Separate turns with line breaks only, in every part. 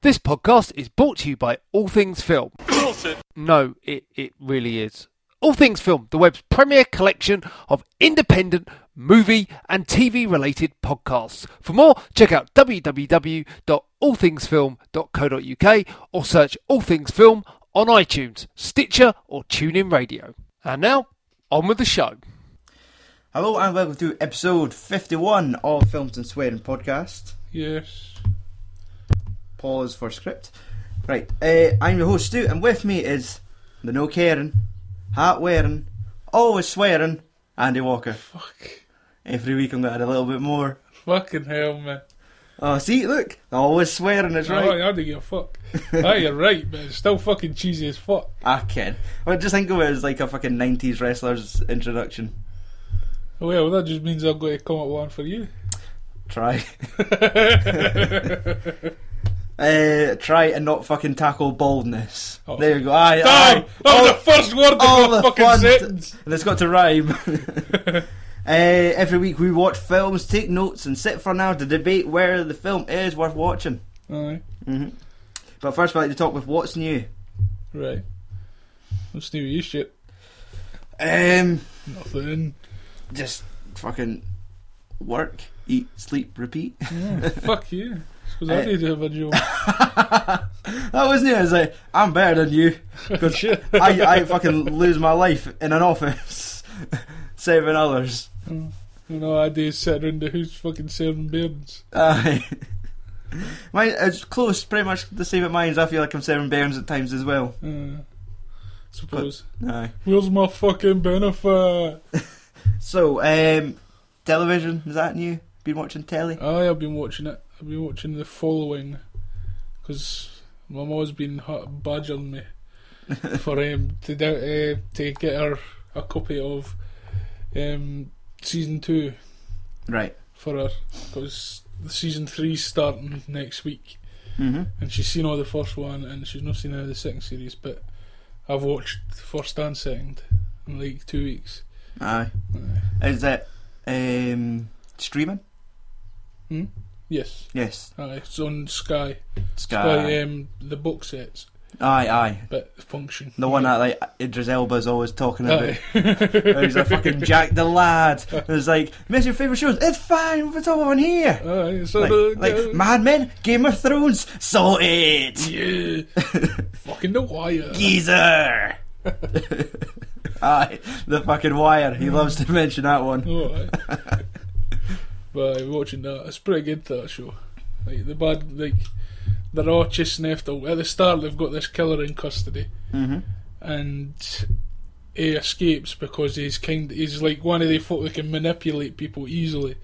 This podcast is brought to you by All Things Film. No, it, it really is. All Things Film, the web's premier collection of independent movie and TV related podcasts. For more, check out www.allthingsfilm.co.uk or search All Things Film on iTunes, Stitcher, or TuneIn Radio. And now, on with the show.
Hello and welcome to episode 51 of Films and Swearing podcast.
Yes.
Pause for script. Right, uh, I'm your host Stu, and with me is the no caring, hat wearing, always swearing Andy Walker.
Fuck.
Every week I'm gonna add a little bit more.
Fucking hell, man.
Oh, see, look, always swearing is
Right.
right.
I, I didn't give a fuck. Ah, you're right, but it's still fucking cheesy as fuck.
Ah, I kid. Well, just think of it as like a fucking 90s wrestler's introduction.
Oh, Well, that just means I've got to come up with one for you.
Try, uh, try and not fucking tackle baldness.
Oh.
There you go. Aye,
Die!
aye.
That was
All-
the first word in
all
the
the
fucking
fun t-
sentence.
and it's got to rhyme. Uh, every week we watch films, take notes, and sit for an hour to debate whether the film is worth watching. Mm-hmm.
Aye.
But first, we like to talk with what's new.
Right. What's new with you shit?
Um,
Nothing.
just fucking work, eat, sleep, repeat.
Yeah, Oh, fuck you. Because
Eh.
I need to have a job.
That was new. I was like, I'm better than you. 'Cause
Shit.
I, I fucking lose my life in an office, saving others.
Oh, You know, I do sit around the house fucking serving beards.
Aye. Mine, it's close, pretty much the same at mine. I feel like I'm serving bairns at times as well.
Uh, suppose.
Aye.
Where's my fucking benefit?
So, um, television is that new? Been watching telly?
Aye, Oh, I've been watching it. I've been watching the following because my mum's been ha- badgering me for um, to do, uh, to get her a copy of um, season two
Right.
for her because season three's starting next week
Mm-hmm.
and she's seen all the first one and she's not seen any of the second series but I've watched the first and second in like two weeks. Uh,
Aye.
Aye.
Is it um, streaming?
Yes,
Yes.
aye, it's on Sky.
Sky.
By um, the book sets,
Aye, aye.
but function.
The one that like Idris Elba's always talking about.
Aye.
How He's a fucking Jack the Lad. It's like, miss your favourite shows? It's fine. What's all on here?
Aye, so
Like,
the-
like
the-
Mad Men, Game of Thrones, sorted.
yeah, fucking the wire.
Geezer. aye, the fucking wire.
Mm.
He loves to mention that one.
Alright. but I'm watching that. It's pretty good that show. Like the bad, like they're all chasing after. At the start, they've got this killer in custody, Mm-hmm. and he escapes because he's kind. He's like one of the folk that can manipulate people easily,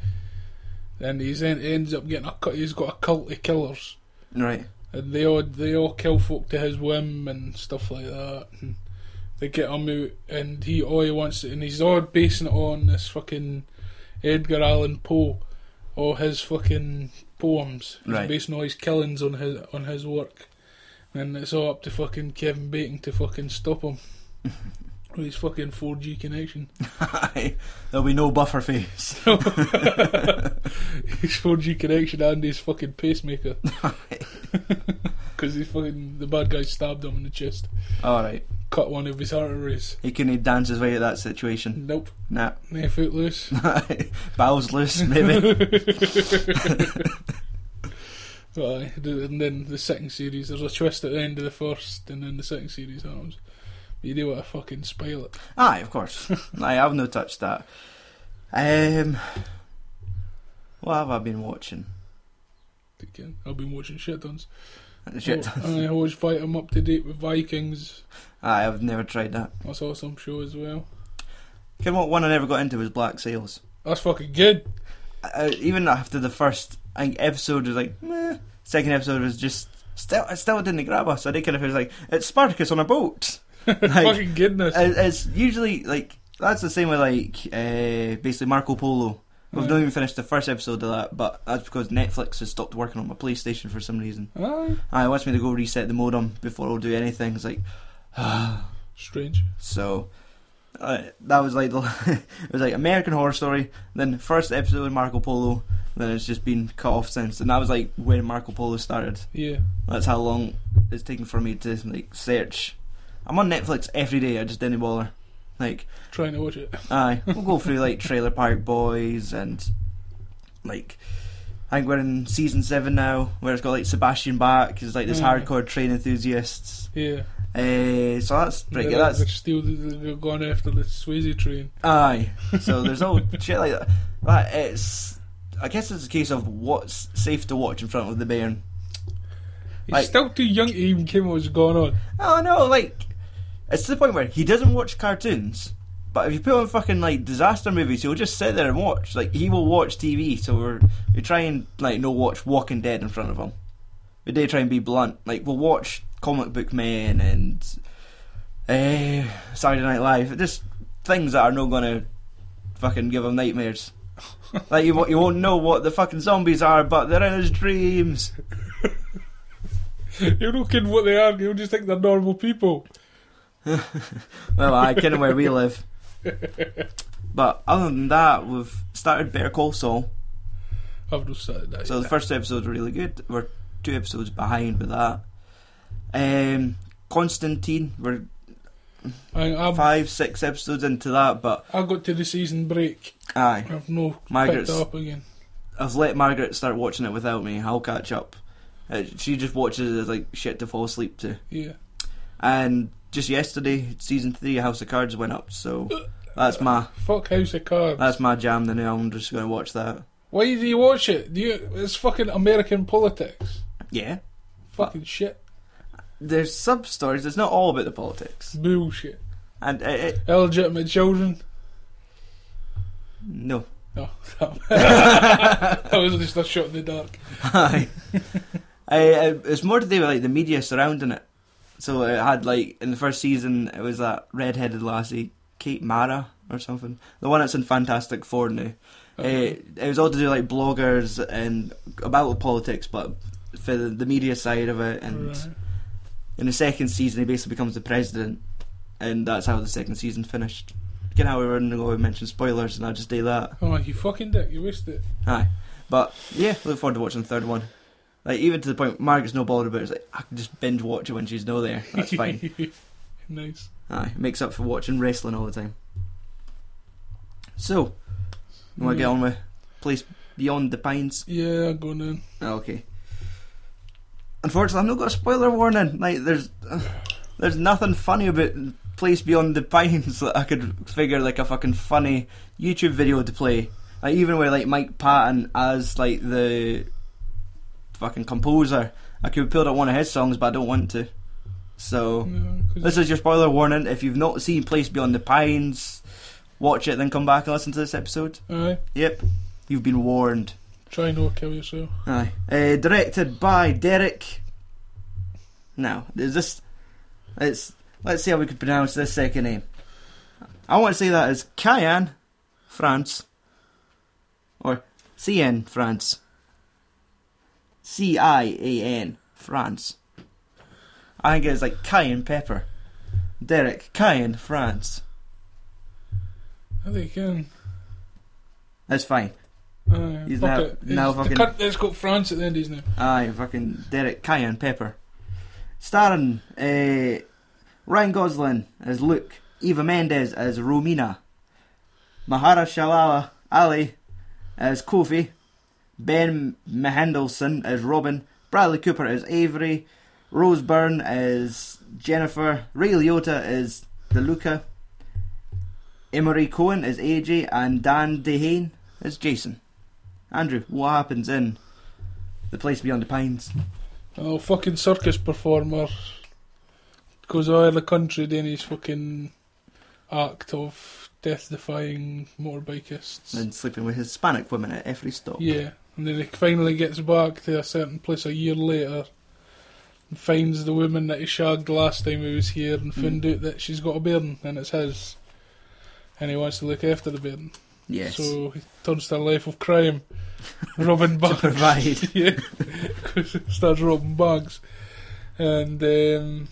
and he's en- ends up getting a. cu- He's got a cult of killers.
Right.
and they all they all kill folk to his whim and stuff like that. And they get him out, and he all he wants, and he's all basing it on this fucking Edgar Allan Poe, all his fucking poems. He's
Right.
basing all his killings on his on his work, and it's all up to fucking Kevin Bacon to fucking stop him. With his fucking 4G connection.
Aye, There'll be no buffer face.
His 4G connection and his fucking pacemaker. Because he fucking. The bad guy stabbed him in the chest.
Alright.
cut one of his arteries.
He couldn't dance his way out of that situation.
Nope,
Nah.
near footloose.
Bowels loose, maybe.
Aye, and then the second series, there's a twist at the end of the first, and then the second series happens. But you do want to fucking spoil it.
Aye, of course. Aye, I've no touched that. Um, what have I been watching?
Again, I've been watching shit tons.
Shit.
Oh, aye, I always fight them up to date with Vikings.
Aye, I've never tried that.
I saw some show as well.
Can what one I never got into was Black Sails.
That's fucking good.
Uh, even after the first I think, episode was like, meh. Second episode was just still, it still didn't grab us. I did kind of it was like it's Spartacus on a boat. like,
fucking goodness.
It- it's usually like that's the same with like uh, basically Marco Polo. We've not even finished the first episode of that, but that's because Netflix has stopped working on my PlayStation for some reason.
Aye.
Ah, it wants me to go reset the modem before I'll do anything. It's like
Strange.
so. Uh, that was like the it was like American Horror Story, then first episode of Marco Polo, Then it's just been cut off since, and that was like when Marco Polo started.
Yeah.
That's how long it's taken for me to like search. I'm on Netflix every day. I just didn't bother. Like,
Trying to watch it.
aye, we'll go through like Trailer Park Boys and like. I think we're in season seven now, where it's got like Sebastian Bach, who's like this
Mm.
hardcore train enthusiasts.
Yeah.
Uh, so that's pretty good.
They're-
That's
They're still they're going after the Swayze train.
Aye. So there's no shit like that. But it's. I guess it's a case of what's safe to watch in front of the bairn.
He's
Like-
still too young to even care what's going on.
Oh no, like. It's to the point where he doesn't watch cartoons. But if you put on fucking like disaster movies, he'll just sit there and watch. Like he will watch TV, so we're we try and like no watch Walking Dead in front of him. We do try and be blunt. Like we'll watch comic book men and eh Saturday Night Live. Just things that are not gonna fucking give him nightmares. like you, won't- you won't know what the fucking zombies are, but they're in his dreams.
You're not kidding what they are. You just think they're normal people.
Well, I kind of where we live. But other than that, we've started Better Call Saul.
I've no started that.
So the first two episodes were really good. We're two episodes behind with that. Um, Constantine, we're
I, I'm,
five, six episodes into that, but
I got to the season break.
aye,
I've no
Margaret's-
picked it up again.
I've let Margaret start watching it without me. I'll catch up. Uh, she just watches it as like shit to fall asleep to.
Yeah.
And just yesterday, season three of House of Cards went up, so that's my
Fuck House of Cards.
that's my jam. Then I'm just going to watch that.
Why do you watch it? Do you? It's fucking American politics.
Yeah.
Fucking shit.
there's sub stories. It's not all about the politics.
Bullshit.
And uh, it, it,
Illegitimate children.
no,
No. that was just a shot in the dark.
aye, I, I, it's more to do with like the media surrounding it. So it had like in the first season, it was that redheaded lassie, Kate Mara or something, the one that's in Fantastic Four now. Uh,
Okay.
it was all to do with, like bloggers and about politics, but for the, the media side of it. And
Right.
in the second season, he basically becomes the president, and that's how the second season finished. Again, how we were going to mention spoilers, and I'll just do that.
Oh, you fucking dick. You wasted it.
Aye. But yeah, look forward to watching the third one. Like even to the point Margaret's no bothered about it, it's like I can just binge watch it when she's no there. That's fine.
nice.
Aye. It makes up for watching wrestling all the time. So you wanna get
Hmm.
on with place beyond the pines?
Yeah, I'm going in.
Ah, okay. Unfortunately I've not got a spoiler warning. Like there's uh, there's nothing funny about place beyond the pines that I could figure like a fucking funny YouTube video to play. Like even with like Mike Patton as like the fucking composer, I could pull out one of his songs, but I don't want to. So
No, 'cause
this is your spoiler warning. If you've not seen Place Beyond the Pines, watch it, then come back and listen to this episode.
Aye,
Yep, you've been warned.
try not to kill yourself.
Aye. Uh, directed by Derek. Now, is this? It's. Let's see how we could pronounce this second name. I want to say that as Cayenne, France, or CN France. C I A N France. I think it's like cayenne pepper. Derek Cayenne France.
I think um, you can.
That's fine.
Aye,
He's
Uh, fuck
now-
it.
now
It's the
fucking-
cunt that's got France at the end of his name.
Aye, fucking Derek Cayenne Pepper. Starring uh, Ryan Gosling as Luke, Eva Mendes as Romina, Mahara Shalala Ali as Kofi, Ben Mahendelson as Robin, Bradley Cooper as Avery, Rose Byrne as Jennifer, Ray Liotta as DeLuca, Emery Cohen as AJ, and Dan DeHane as Jason. Andrew, what happens in the place beyond the pines.
Oh, fucking circus performer. Goes all over the country doing his fucking act of death defying motorbikists.
And sleeping with Hispanic women at every stop.
Yeah, and then he finally gets back to a certain place a year later and finds the woman that he shagged last time he was here
Hmm.
and found out that she's got a bairn and it's his. And he wants to look after the bairn.
Yes.
So he turns to a life of crime, robbing banks.
provide.
yeah, starts robbing banks, and um,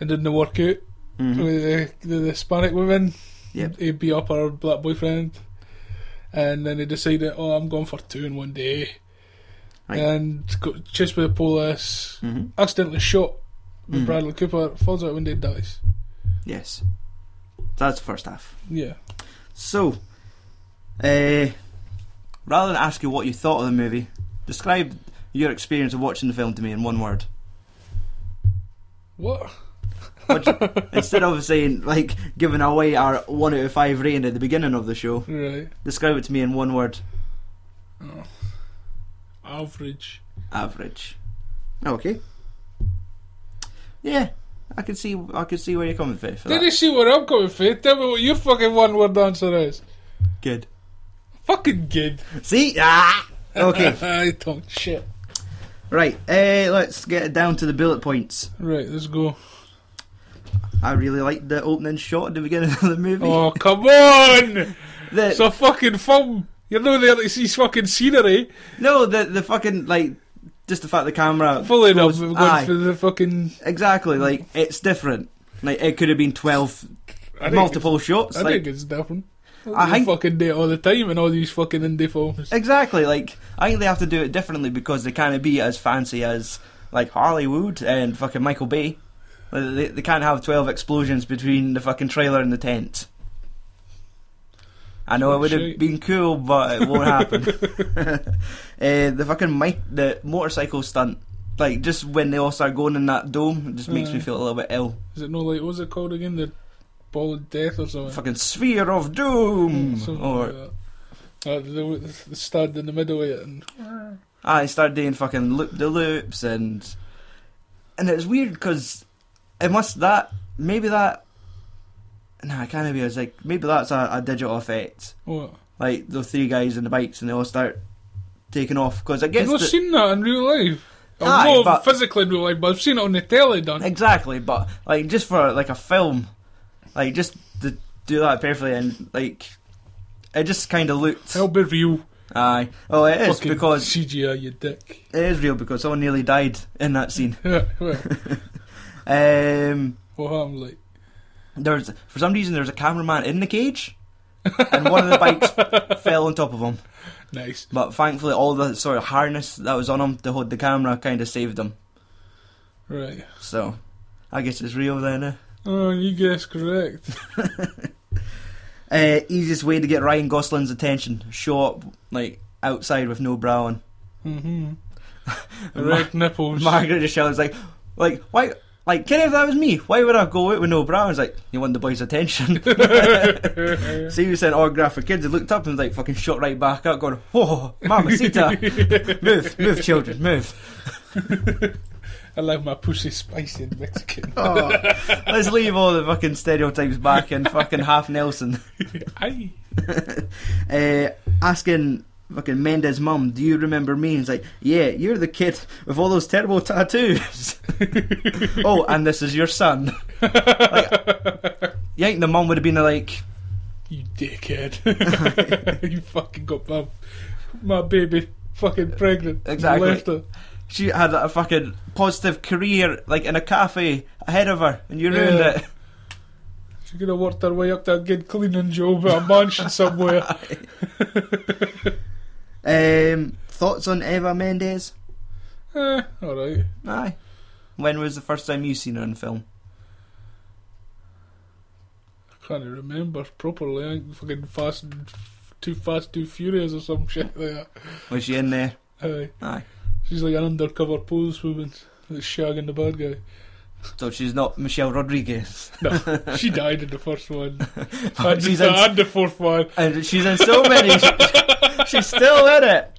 it didn't work out
Mhm.
with the, the Hispanic women.
Yep.
He beat up her black boyfriend, and then they decided, oh, I'm going for two in one day,
Right. Mm. Mm-hmm.
uh, and got chased by the police, accidentally shot with Bradley Cooper, falls out the window, and dies.
Yes. That's the first half.
Yeah,
So, uh, rather than ask you what you thought of the movie, describe your experience of watching the film to me in one word.
what?
What you- instead of saying like giving away our one out of five rating at the beginning of the show,
Right,
describe it to me in one word:
average.
average. Okay. Yeah, I can see. I can see where you're coming from. For
Did
that.
you see where I'm coming from? Tell me what your fucking one word answer is.
Good.
Fucking good.
See. Ah. Okay.
I don't shit.
right. Uh, let's get down to the bullet points.
Right, let's go.
I really liked the opening shot at the beginning of the movie.
Oh come on!
The-
It's a fucking film. You're not there to see fucking scenery.
No, the the fucking like just the fact the camera
Fully enough,
goes-
we've
aye,
gone for the fucking.
exactly. Like it's different. Like it could have been twelve
I think
multiple shots.
it's- I
like
think it's different.
I
I
think-
fucking do it all the time in all these fucking indie films.
exactly. Like I think they have to do it differently because they can't be as fancy as like Hollywood and fucking Michael Bay. Like, they, they can't have twelve explosions between the fucking trailer and the tent. I know it would have
Shite.
been cool, but it won't happen. Uh, the fucking mic, the motorcycle stunt, like just when they all start going in that dome, it just makes me
Aye.
feel a little bit ill.
Is it no like what's it called again? The ball of death or something.
Fucking sphere of doom,
Something like
or
that. Uh, they, w- they stand in the middle of it and
I start doing fucking loop the loops and and it's weird because it must that maybe that nah I can't be. It's like maybe that's a, a digital effect,
what?
like the three guys in the bikes and they all start taking off because it
I've
gets
not
the-
seen that in real life.
Aye,
I've not
but-
physically in real life, but I've seen it on the telly done.
Exactly, but like just for like a film, like just to do that perfectly and like it just kind of looked.
It'll be real.
Aye, oh it is
fucking
because
CGI, you dick.
it is real because someone nearly died in that scene.
Yeah, well,
Um,
well, I'm like,
there's for some reason there's a cameraman in the cage, and one of the bikes fell on top of him.
nice.
But thankfully, all the sort of harness that was on him to hold the camera kind of saved him.
Right.
So, I guess it's real then. Eh?
Oh, you guess correct.
Uh, easiest way to get Ryan Gosling's attention: show up like outside with no bra on.
hmm Red nipples.
Margaret just shouts like, like why? Like, Kenny, if that was me, why would I go out with no bra? I was like, you want the boys' attention. See, you sent autograph for kids. He looked up and was like, fucking shot right back up, going, whoa, mamacita, move, move, children, move.
I like my pussy spicy and Mexican.
Oh, let's leave all the fucking stereotypes back in fucking half Nelson.
Aye.
uh, asking fucking Mendes' mum, "Do you remember me?" And he's like, "Yeah, you're the kid with all those terrible tattoos." oh, and this is your son. like, you think the mum would have been like,
You dickhead. you fucking got my, my baby fucking pregnant. and
Exactly.
Left her.
she had a fucking positive career like in a cafe ahead of her, and you ruined
Yeah.
it.
She could have worked her way up to a good cleaning job at a mansion somewhere.
Um, thoughts on Eva Mendes?
eh, alright.
Aye. When was the first time you seen her in film?
can't remember properly. I think fucking Fast and F- Too Fast, Too Furious or some shit like
Was she in there?
that. Aye.
Aye.
She's like an undercover police woman that's shagging the bad guy.
So she's not Michelle Rodriguez.
No, she died in the first one. and,
she's
the,
in-
and the fourth one.
And she's in so many. she's still in it.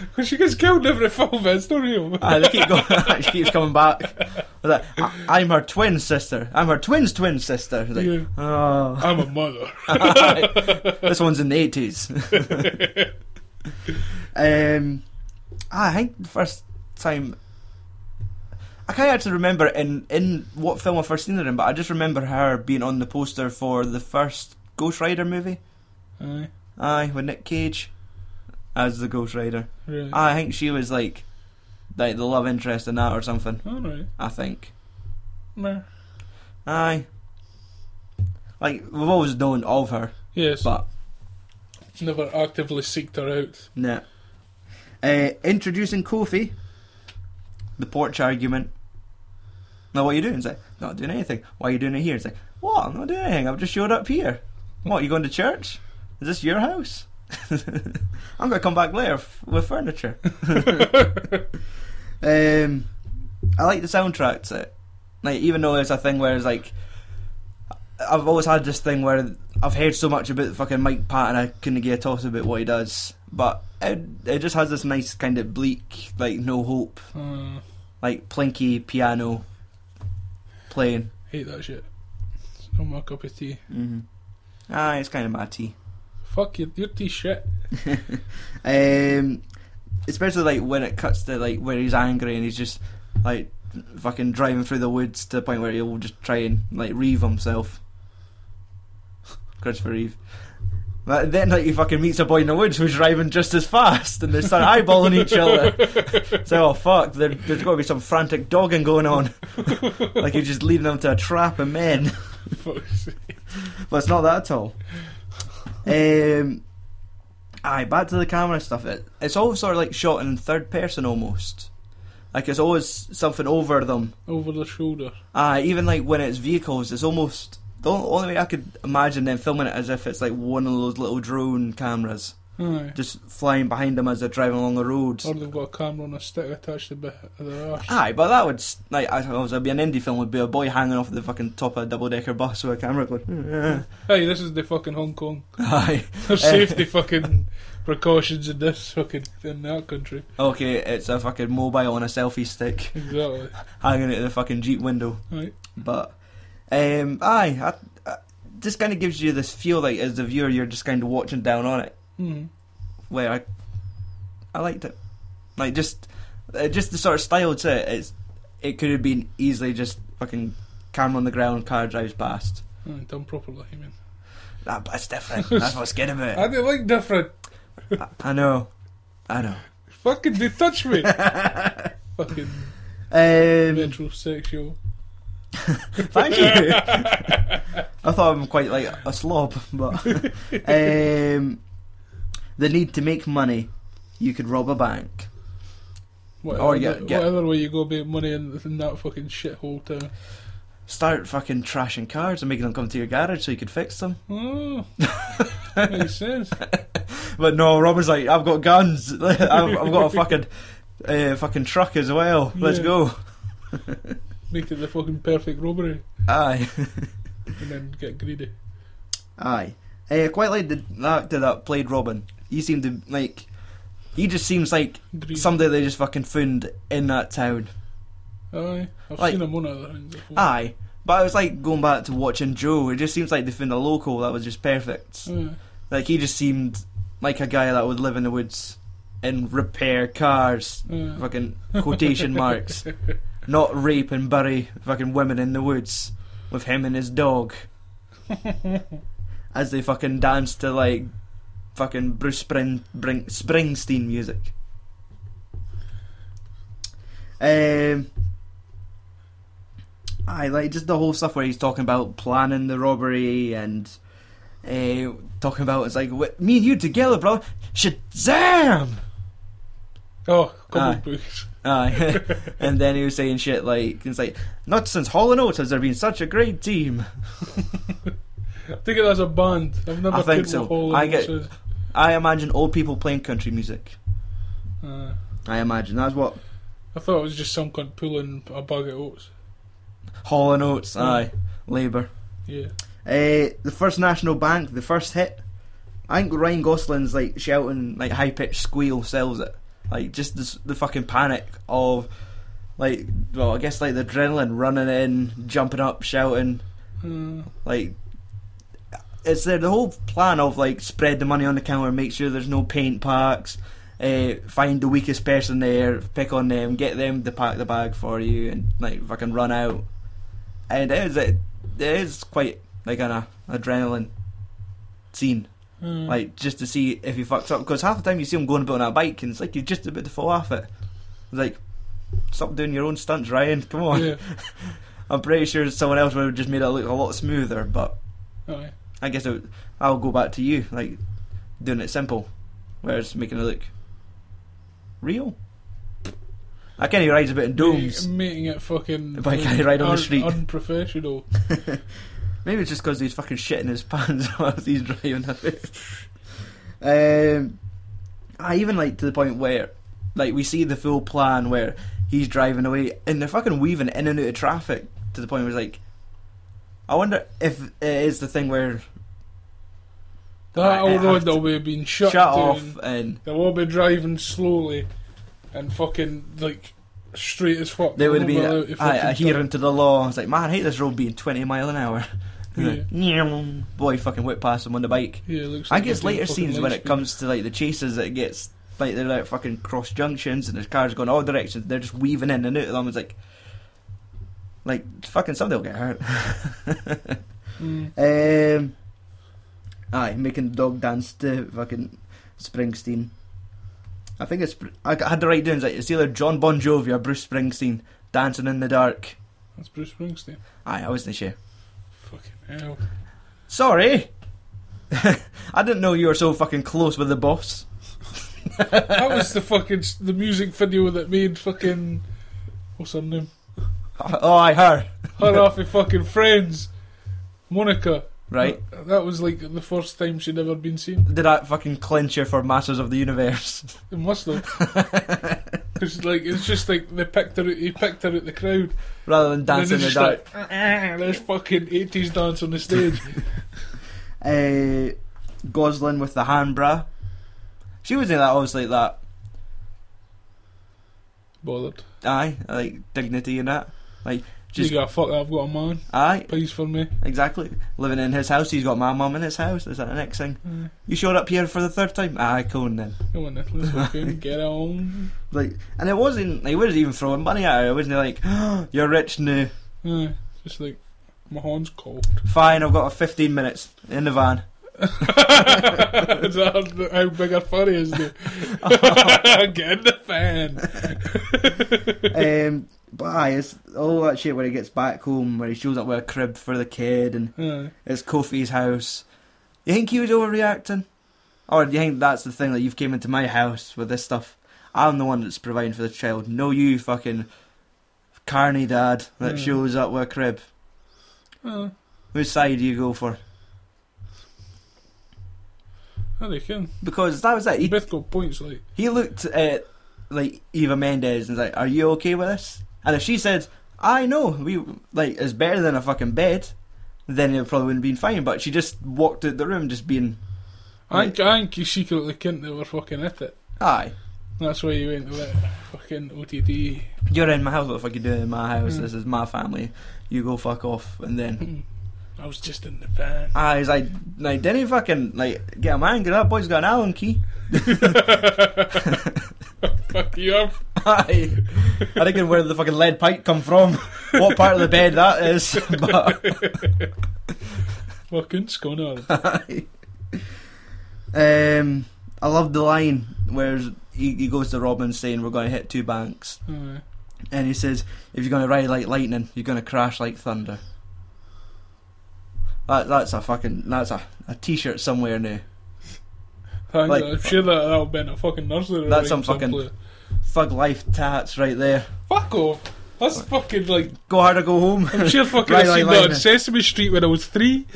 Because she gets killed every film, it's not real.
Ah, they keep going. she keeps coming back. With that, I, am her twin sister. I'm her twin's twin sister. It's Like,
Yeah.
oh.
I'm a mother.
this one's in the eighties. um, I think the first time. I can't actually remember in, in what film I first seen her in, but I just remember her being on the poster for the first Ghost Rider movie.
Aye.
Aye, with Nick Cage as the Ghost Rider.
Right.
I think she was like, like the love interest in that or something.
Alright.
I think.
Nah.
Aye. Like we've always known of her,
Yes.
but
never actively seeked her out.
No. Uh, introducing Kofi. The porch argument. Now what are you doing? It's like, not doing anything. Why are you doing it here? It's like, what? I'm not doing anything. I've just showed up here. What? You going to church? Is this your house? I'm going to come back later f- with furniture. um, I like the soundtrack to it. Like, even though it's a thing where it's like, I've always had this thing where I've heard so much about fucking Mike Patton, I couldn't get a toss about what he does. But it, it just has this nice kind of bleak, like no hope,
Uh,
like plinky piano playing.
hate that shit. It's not my cup of tea.
Mm-hmm. Ah, it's kind of my tea.
Fuck your, your tea shit.
Um, especially like when it cuts to like where he's angry and he's just like fucking driving through the woods to the point where he'll just try and like Reeve himself. Christopher Reeve. But then like he fucking meets a boy in the woods who's driving just as fast and they start eyeballing each other. so oh fuck, there, there's got to be some frantic dogging going on. like he's just leading them to a trap of men.
Fuck's sake.
But it's not that at all. Um, aye, back to the camera stuff. It it's all sort of like shot in third person almost. Like it's always something over them.
Over the shoulder.
Aye, even like when it's vehicles, it's almost the on- only way I could imagine them filming it as if it's like one of those little drone cameras
Aye.
just flying behind them as they're driving along the roads.
Or they've got a camera on a stick attached to the bit of their arse.
Aye, but that would s- like I suppose it'd be an indie film would be a boy hanging off the fucking top of a double decker bus with a camera going.
Hey, this is the fucking Hong Kong.
Aye.
There's safety fucking precautions in this fucking in that country.
Okay, it's a fucking mobile on a selfie stick
Exactly.
hanging out of the fucking Jeep window.
Right.
But, um, aye, I, I, this kind of gives you this feel like, as the viewer, you're just kind of watching down on it.
Hmm.
Where I, I liked it. Like, just, uh, just the sort of style to it. It's, it could have been easily just fucking camera on the ground, car drives past.
Aye, done properly, I mean.
That, that's different. That's what's good about
I
it.
didn't like different.
I, I know. I know.
Fucking they touch me. fucking
Um,
metrosexual.
Thank you. I thought I'm quite like a slob, but um, the need to make money. You could rob a bank.
Whatever,
Or get- get-
whatever way you go about money in, in that fucking shithole town.
Start fucking trashing cars and making them come to your garage so you could fix them.
Oh, makes sense.
But no, Robert's like, I've got guns. I've, I've got a fucking uh, fucking truck as well. Let's
Yeah.
go.
Make it the fucking perfect robbery
Aye,
and then get greedy.
aye. Uh, quite like the the actor that played Robin. He seemed to like. He just seems like
Greedy.
somebody they just fucking found in that town.
Aye. I've
like-
seen him on other things before.
Aye, but it was like going back to watching Joe. It just seems like they found a local that was just perfect.
Aye.
Like he just seemed like a guy that would live in the woods and repair cars.
Aye.
Fucking quotation marks, not rape and bury fucking women in the woods with him and his dog. As they fucking dance to like fucking Bruce Spring, Bring, Springsteen music. Um, I like just the whole stuff where he's talking about planning the robbery and uh, talking about it's like "Wh- me and you together, brother. Shazam!
Oh, comic
Aye.
books.
Aye. Uh, and then he was saying shit like it's like not since Hall and Oates has there been such a great team.
I think it as a band. I've never
I think
played
so.
with Hall
I
and
get-
Oates.
I imagine old people playing country music.
Aye.
I imagine that's what
I thought it was just some cunt pulling a bag of oats.
Hall and Oates.
Hmm.
Aye, Labour.
Yeah.
Uh, the first National Bank, the first hit. I think Ryan Gosling's like shouting, like high pitched squeal sells it. Like just this, the fucking panic of, like, well, I guess like the adrenaline running in, jumping up, shouting,
Uh,
like. It's the, the whole plan of like spread the money on the counter, make sure there's no paint packs, uh, find the weakest person there, pick on them, get them to pack the bag for you, and like fucking run out. And it is it, it is quite like an uh, adrenaline scene,
uh,
like just to see if he fucks up. Because half the time you see him going about on that bike, and it's like you're just about to fall off it. It's like stop doing your own stunts, Ryan. Come on.
Yeah.
I'm pretty sure someone else would have just made it look a lot smoother, but
Aye.
I guess it, I'll go back to you. Like, doing it simple, whereas making it look real. I can't he rides about in domes.
Making, making it fucking.
If I can't ride on the
un-
street.
Unprofessional.
Maybe it's just because he's fucking shitting his pants whilst he's driving. um, I even like to the point where, like, we see the full plan where he's driving away and they're fucking weaving in and out of traffic to the point where it's like, I wonder if it is the thing where
That
I- I
old
have
road
to-
will Uh, be being shut,
shut off
down.
and
They will be driving slowly and fucking like straight as fuck.
they would
won't
be
allowed to
aye,
fucking
adhering to the law. It's like, man, I hate this road being 20 mile an hour.
Yeah.
Nyong. Boy, fucking whip past him on the bike.
Yeah, it looks
I
like
guess
they're doing
later
fucking
scenes when
light
it comes to like the chases, it gets like they're at fucking cross junctions and there's cars going all directions. They're just weaving in and out of them. It's like, like fucking somebody will get hurt.
speed. Mm.
um, aye, making the dog dance to fucking Springsteen. I think it's I had the right down. It's, like, it's either John Bon Jovi or Bruce Springsteen dancing in the dark.
That's Bruce Springsteen.
Aye, I wasn't sure.
Fucking hell.
Sorry. I didn't know you were so fucking close with the boss.
that was the fucking s- the music video that made fucking what's her name?
Oh, I her.
Her off her fucking friends, Monica.
Right.
That, that was like the first time she'd ever been seen.
Did that fucking clincher for Masters of the Universe?
It must have. Cause like it's just like they picked her. out- He picked her at the crowd.
Rather than
And
dancing
then
in the
it's
dark.
just like, "Ah, there's fucking eighties dance on the stage.
Uh, Goslin with the hand bra. She was in that, obviously, like that.
Bothered.
Aye, like dignity and that. Like, just.
you got fuck. I've got a man.
Aye,
Please for me.
exactly. Living in his house, he's got my mum in his house. Is that the next thing?
Mm.
You showed up here for the third time? Aye, Conan then.
Come on, then, let's fucking get on.
Like, and it wasn't. Like, he wasn't even throwing money at her. It wasn't like, you're rich now.
Yeah, just like my horn's cold.
Fine, I've got a 15 minutes in the van.
Is that how big our furry is now? Get in the fan.
um, but aye, it's all that shit where he gets back home, where he shows up with a crib for the kid, and
Aye.
it's Kofi's house. You think he was overreacting, or do you think that's the thing that you've came into my house with this stuff? I'm the one that's providing for the child. No, you fucking carny dad that
Mm.
shows up with a crib.
Aye.
Whose side do you go for?
I reckon.
Because that was it. He,
Beth got points like
he looked at like Eva Mendes and was like, "Are you okay with this?" And if she said, "I know we like it's better than a fucking bed," then it probably wouldn't have been fine. But she just walked out the room, just being
I think, I think you secretly couldn't they were fucking at it.
aye.
That's why you went to that fucking OTD.
You're in my house. What the fuck you doing in my house? This is my family. You go fuck off. And then
I was just in the van.
I was like, like didn't he fucking like get him angry? That boy's got an Allen key.
Fuck you up.
Aye. I reckon where the fucking lead pipe come from. What part of the bed that is? But
Fucking scone
um, I love the line where he, he goes to Robin saying we're going to hit two banks,
Aye.
and he says if you're going to ride like lightning, you're going to crash like thunder. That, that's a fucking that's a, a t-shirt somewhere now.
Thanks,
Like-
I'm sure that that'll be in a fucking nursery.
That's some
rhyme
fucking-
someplace.
Thug life tats right there.
Fuck off. That's fucking like.
Go hard or go home.
I'm sure fucking
Right,
I seen
like
that on
lightning.
Sesame Street when I was three.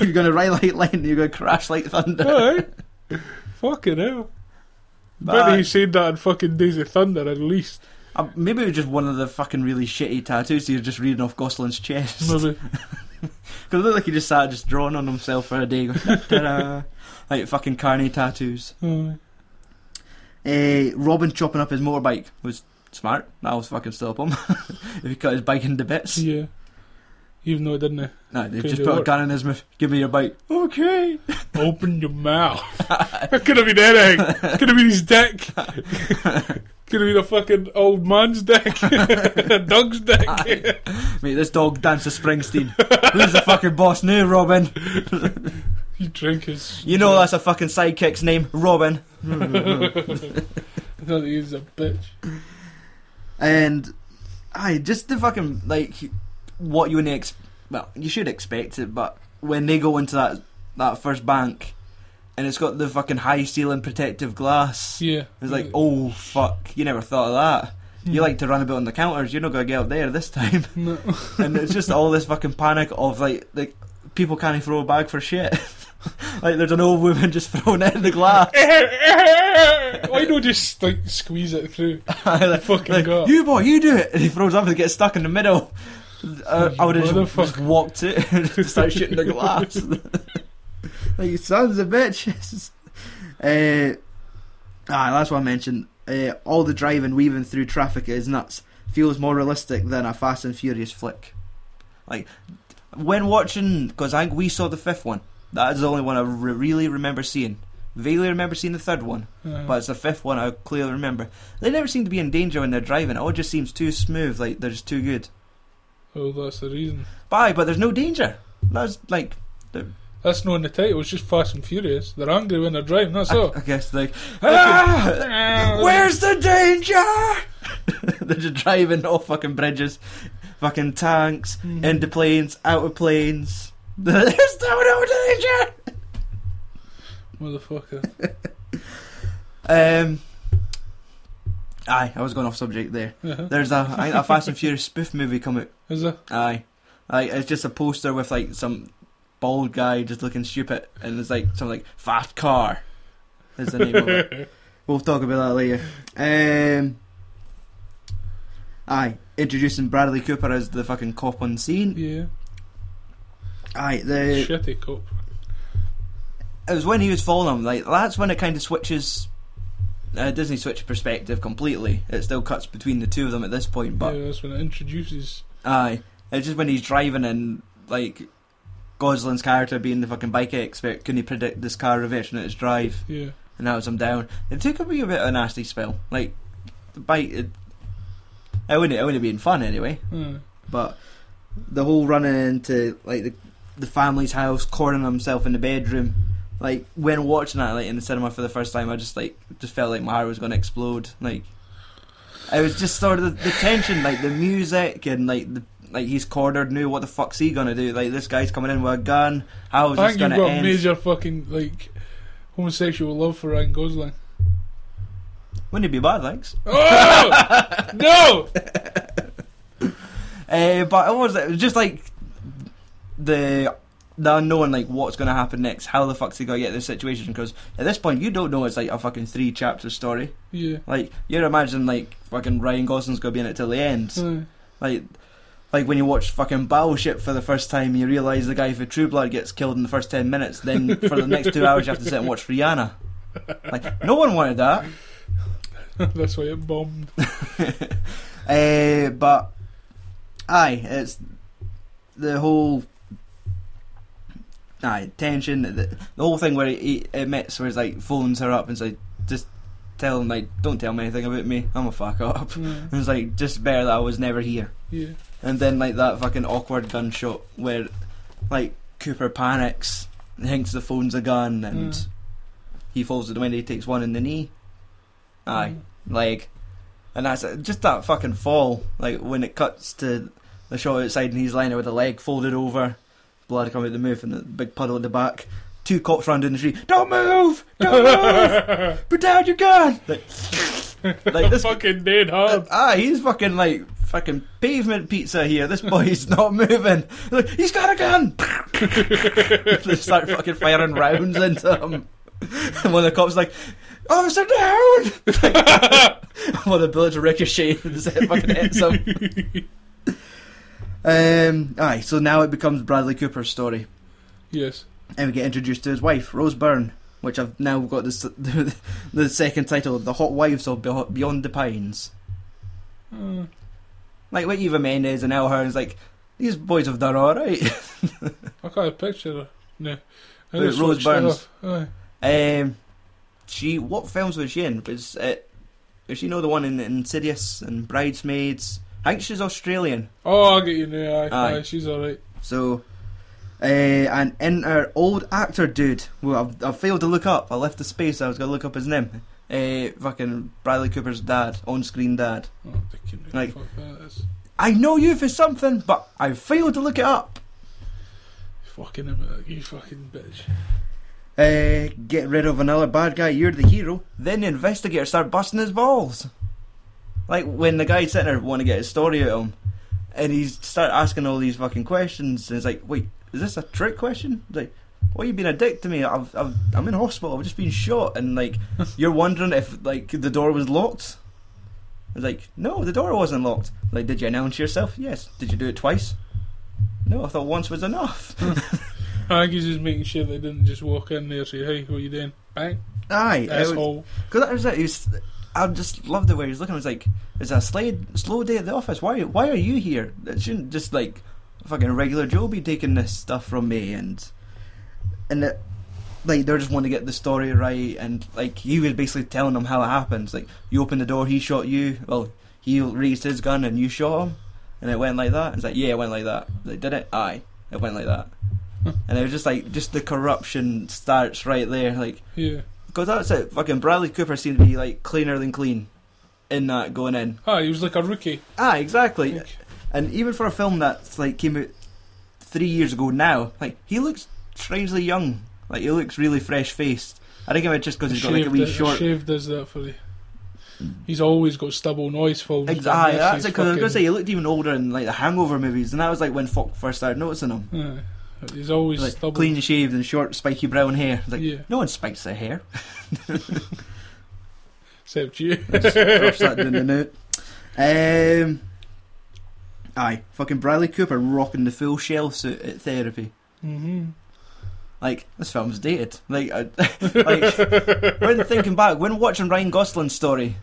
you're gonna ride like lightning. You're gonna crash like thunder.
Alright. fucking hell.
But-
Bet he said that in fucking Days of Thunder at least.
Uh, maybe it was just one of the fucking really shitty tattoos. So you're just reading off Goslin's chest. Because
Maybe.
it looked like he just started just drawing on himself for a day. Going, "Ta-da." like fucking carny tattoos.
Aye.
Uh, Robin chopping up his motorbike was smart. That was fucking stop him. if he cut his bike into bits.
yeah. Even though I didn't. eh?
No, they
Couldn't
just
do
put a
work.
gun in his mouth. Give me your bike. Okay.
Open your mouth. that could have been anything. Could have been his dick. could have been a fucking old man's dick. a dog's dick.
Aye. Mate, this dog dances Springsteen. Who's the fucking boss now, Robin?
You drink his.
You know that's a fucking sidekick's name, Robin.
I thought he was a bitch.
And I just the fucking like what you would ex- well, you should expect it, but when they go into that that first bank and it's got the fucking high ceiling protective glass.
Yeah.
It's like, oh fuck, you never thought of that. You like to run about on the counters, you're not gonna get up there this time.
No.
and it's just all this fucking panic of like, like people can't throw a bag for shit. like there's an old woman just throwing it in the glass.
Why not just like squeeze it through?
like,
Fucking
like,
God.
you boy, you do it. And he throws up and gets stuck in the middle. Uh, I would have just,
Motherfucker.
just walked it and just started shooting the glass. like you sons of bitches. Uh, ah, that's what I mentioned. Uh, all the driving, weaving through traffic is nuts. Feels more realistic than a Fast and Furious flick. Like when watching, because I think we saw the fifth one. That is the only one I re- really remember seeing. Vaguely remember seeing the third one
Uh,
but it's the fifth one I clearly remember. They never seem to be in danger when they're driving. It all just seems too smooth, like they're just too good.
oh, that's the reason.
Bye, but there's no danger. That's like,
That's not in the title. It's just Fast and Furious. They're angry when they're driving. That's
I,
all.
I guess like,
Ah!
where's the danger? they're just driving off fucking bridges, fucking tanks,
Mhm.
into planes, out of planes. there's no, no danger.
motherfucker?
Um, aye, I was going off subject there.
Uh-huh.
There's a, I think a Fast and Furious spoof movie coming.
Is it?
Aye. Like it's just a poster with like some bald guy just looking stupid and there's like something like Fast Car is the name of it. We'll talk about that later. Um Aye. Introducing Bradley Cooper as the fucking cop on scene.
Yeah.
Aye, the
Shitty cop.
it was when he was following him, like that's when it kinda switches uh, Disney switch perspective completely. It still cuts between the two of them at this point, but
yeah, that's when it introduces.
Aye. It's just when he's driving and, like, Gosling's character being the fucking bike expert, couldn't he predict this car reversing its drive?
Yeah.
And that was him down. It took a wee bit of a nasty spell. Like, the bike. It, it, wouldn't, it wouldn't have been fun anyway.
Uh,
But the whole running into, like, the, the family's house, cornering himself in the bedroom. Like, when watching that, like, in the cinema for the first time, I just, like, just felt like my heart was going to explode. Like, it was just sort of the, the tension, like the music and like the like he's cornered now. What the fuck's he gonna do? Like this guy's coming in with a gun. How is
I
this
think you've
gonna
got
end?
major fucking like homosexual love for Ryan Gosling.
Wouldn't it be bad, thanks?
Oh no!
Uh, but it was, it was just like the the unknown, like what's gonna happen next. How the fuck's he gonna get this situation? Because at this point, you don't know. It's like a fucking three chapter story.
Yeah.
Like you're imagining, like fucking Ryan Gosling's gonna be in it till the end.
Uh,
Like, like when you watch fucking Battleship for the first time, you realise the guy for True Blood gets killed in the first ten minutes. Then for the next two hours, you have to sit and watch Rihanna. Like, no one wanted that.
that's why it bombed.
Uh, but aye, it's the whole aye tension, the, the whole thing where he, he admits where he's like phones her up and says, just tell him like, don't tell me anything about me. I'm a fuck up.
Uh,
And it's like, just bear that I was never here.
yeah.
And then like that fucking awkward gunshot where like Cooper panics, thinks the phone's a gun and
Mm.
he falls to the window, he takes one in the knee. Aye.
Mm.
Like and that's it. just that fucking fall. Like when it cuts to the shot outside and he's lying there with a leg folded over, blood coming out the mouth and a big puddle at the back. Two cops run down the street. Don't move! Don't move! Put down your gun! Like, like this
fucking dead hard.
Ah, he's fucking like fucking pavement pizza here. This boy's not moving. Like, he's got a gun. they start fucking firing rounds into him. And one of the cops like, officer down. one of the bullets ricochets and just fucking hits him. Um, aye, so now it becomes Bradley Cooper's story,
yes.
and we get introduced to his wife, Rose Byrne, which I've now got this, the, the second title, "The Hot Wives of Beho- Beyond the Pines."
Uh,
Like what Eva Mendes and Al Hearn's like, these boys have done all right.
I can't picture her. No. I
Wait,
just
Rose
watched it
Byrne's.
off. Aye.
um, she what films was she in? Was it? Was she know the one in Insidious and Bridesmaids? I think she's Australian.
Oh, I get you now. Aye,
Aye.
aye. she's alright.
So, uh, and enter old actor dude. Well, I've, I failed to look up. I left the space. I was gonna look up his name. Uh, fucking Bradley Cooper's dad, on-screen dad.
Oh, I can't
Like-
fuck that is.
I know you for something, but I failed to look it up.
Fucking him, you fucking bitch.
Uh, Uh, get rid of another bad guy, you're the hero. Then the investigators start busting his balls. Like when the guy's sitting there wanting to get his story out of him, and he start asking all these fucking questions, and it's like, wait, is this a trick question? It's like, why you being a dick to me? I've, I've, I'm in hospital, I've just been shot, and like, you're wondering if like the door was locked? It's like, no, the door wasn't locked. Like, did you announce yourself? Yes. Did you do it twice? No, I thought once was enough.
I think he's just making sure they didn't just walk in there and say, hey, what are you doing? Bang.
Aye, it was-
Asshole.
Because that was it. He was, I just loved the way he was looking. He was like, "It's a slide, slow day at the office. Why? Why are you here? It shouldn't just like fucking regular Joe be taking this stuff from me." And and it, like they're just wanting to get the story right. And like he was basically telling them how it happens. Like you opened the door, he shot you. Well, he raised his gun and you shot him, and it went like that. It's like, yeah, it went like that. Like, did it? Aye, it went like that. and it was just like just the corruption starts right there. Like
Yeah.
because that's it. Fucking Bradley Cooper seemed to be like cleaner than clean in that going in.
Ah, he was like a rookie.
Ah, exactly.
Like,
And even for a film that's like came out three years ago now, like he looks strangely young. Like he looks really fresh faced. I think it was just because he's got like a
shaved,
wee
it-
short.
shaved does that for the. He's always got stubble noise films.
Ex-
but
aye,
this
that's
is
it. Because I was gonna say
fucking-
he looked even older in like the Hangover movies, and that was like when Falk first started noticing him.
Aye. He's always
Like
stubble.
clean shaved and short, spiky brown hair. It's Like
Yeah.
no one spikes their hair.
Except you.
Brush that down the note. Um, aye, fucking Bradley Cooper rocking the full shell suit at therapy.
hmm
Like this film's dated. Like, I, like when thinking back, when watching Ryan Gosling's story,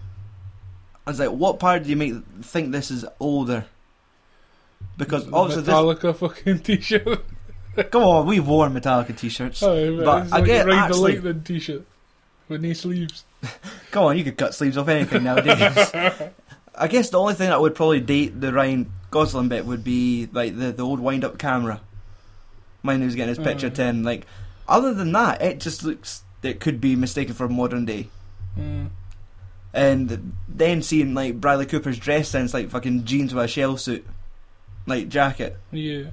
I was like, what part do you make think this is older? Because obviously, this,
Metallica fucking t-shirt.
come on, we've worn Metallica t-shirts.
Oh,
But
it's
I
like
get
a Ride
actually-
the Lightning t-shirt with no sleeves.
Come on, you could cut sleeves off anything nowadays. I guess the only thing that would probably date the Ryan Gosling bit would be like the, the old wind up camera. Mine was getting his picture
Oh.
ten. Like other than that, it just looks it could be mistaken for modern day.
Mm.
And then seeing like Bradley Cooper's dress sense like fucking jeans with a shell suit, like jacket,
Yeah.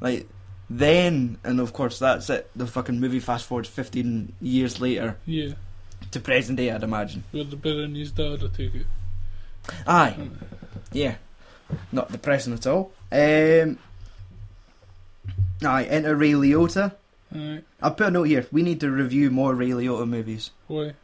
like then and of course that's it. The fucking movie fast forwards fifteen years later
Yeah.
to present day, I'd imagine.
Where the bit in his dad, I take it.
Aye.
Mm,
Yeah. Not depressing at all. Um, aye, enter Ray Liotta.
Alright.
I'll put a note here. We need to review more Ray Liotta movies
Why?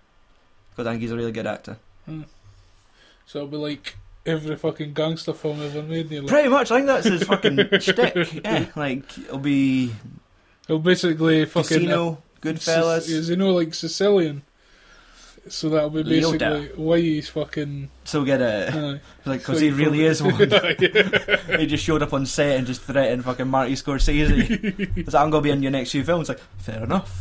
because I think he's a really good actor.
So it'll be like every fucking gangster film ever made. Nearly.
Pretty much, I think that's his fucking shtick. Yeah, like it'll be
It'll basically fucking. uh,
Casino, Goodfellas.
Is you know like Sicilian? So that'll be basically
Leota.
why he's fucking. uh,
so get it,
Aye.
like because he really is one.
one.
he just showed up on set and just threatened fucking Marty Scorsese. He's like, I'm gonna be in your next few films. Like, fair enough.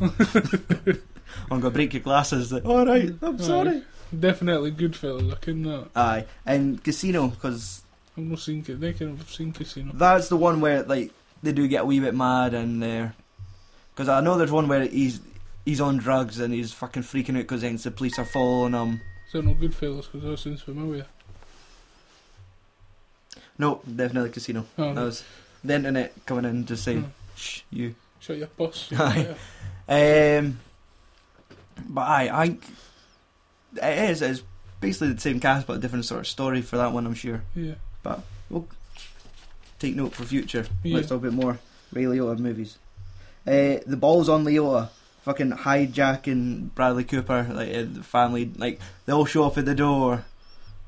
I'm gonna break your glasses. Like, all right, I'm
Aye.
sorry.
Definitely Goodfellas. I couldn't. uh,
Aye, and Casino because
I've not seen. Ca- They can have seen Casino.
that's the one where like they do get a wee bit mad and there. Because I know there's one where he's he's on drugs and he's fucking freaking out because the police are following him.
So no Goodfellas because that sounds familiar.
No, definitely Casino.
Oh,
That was the internet coming in just saying,
Hmm.
"Shh, you."
Shut your boss.
Aye. Um, but I, I, it is it's basically the same cast but a different sort of story for that one. I'm sure.
Yeah.
Take note for future.
Yeah.
Let's talk a bit more Ray Liotta movies. Uh, the balls on Liotta, fucking hijacking Bradley Cooper, like uh, the family, like they all show up at the door.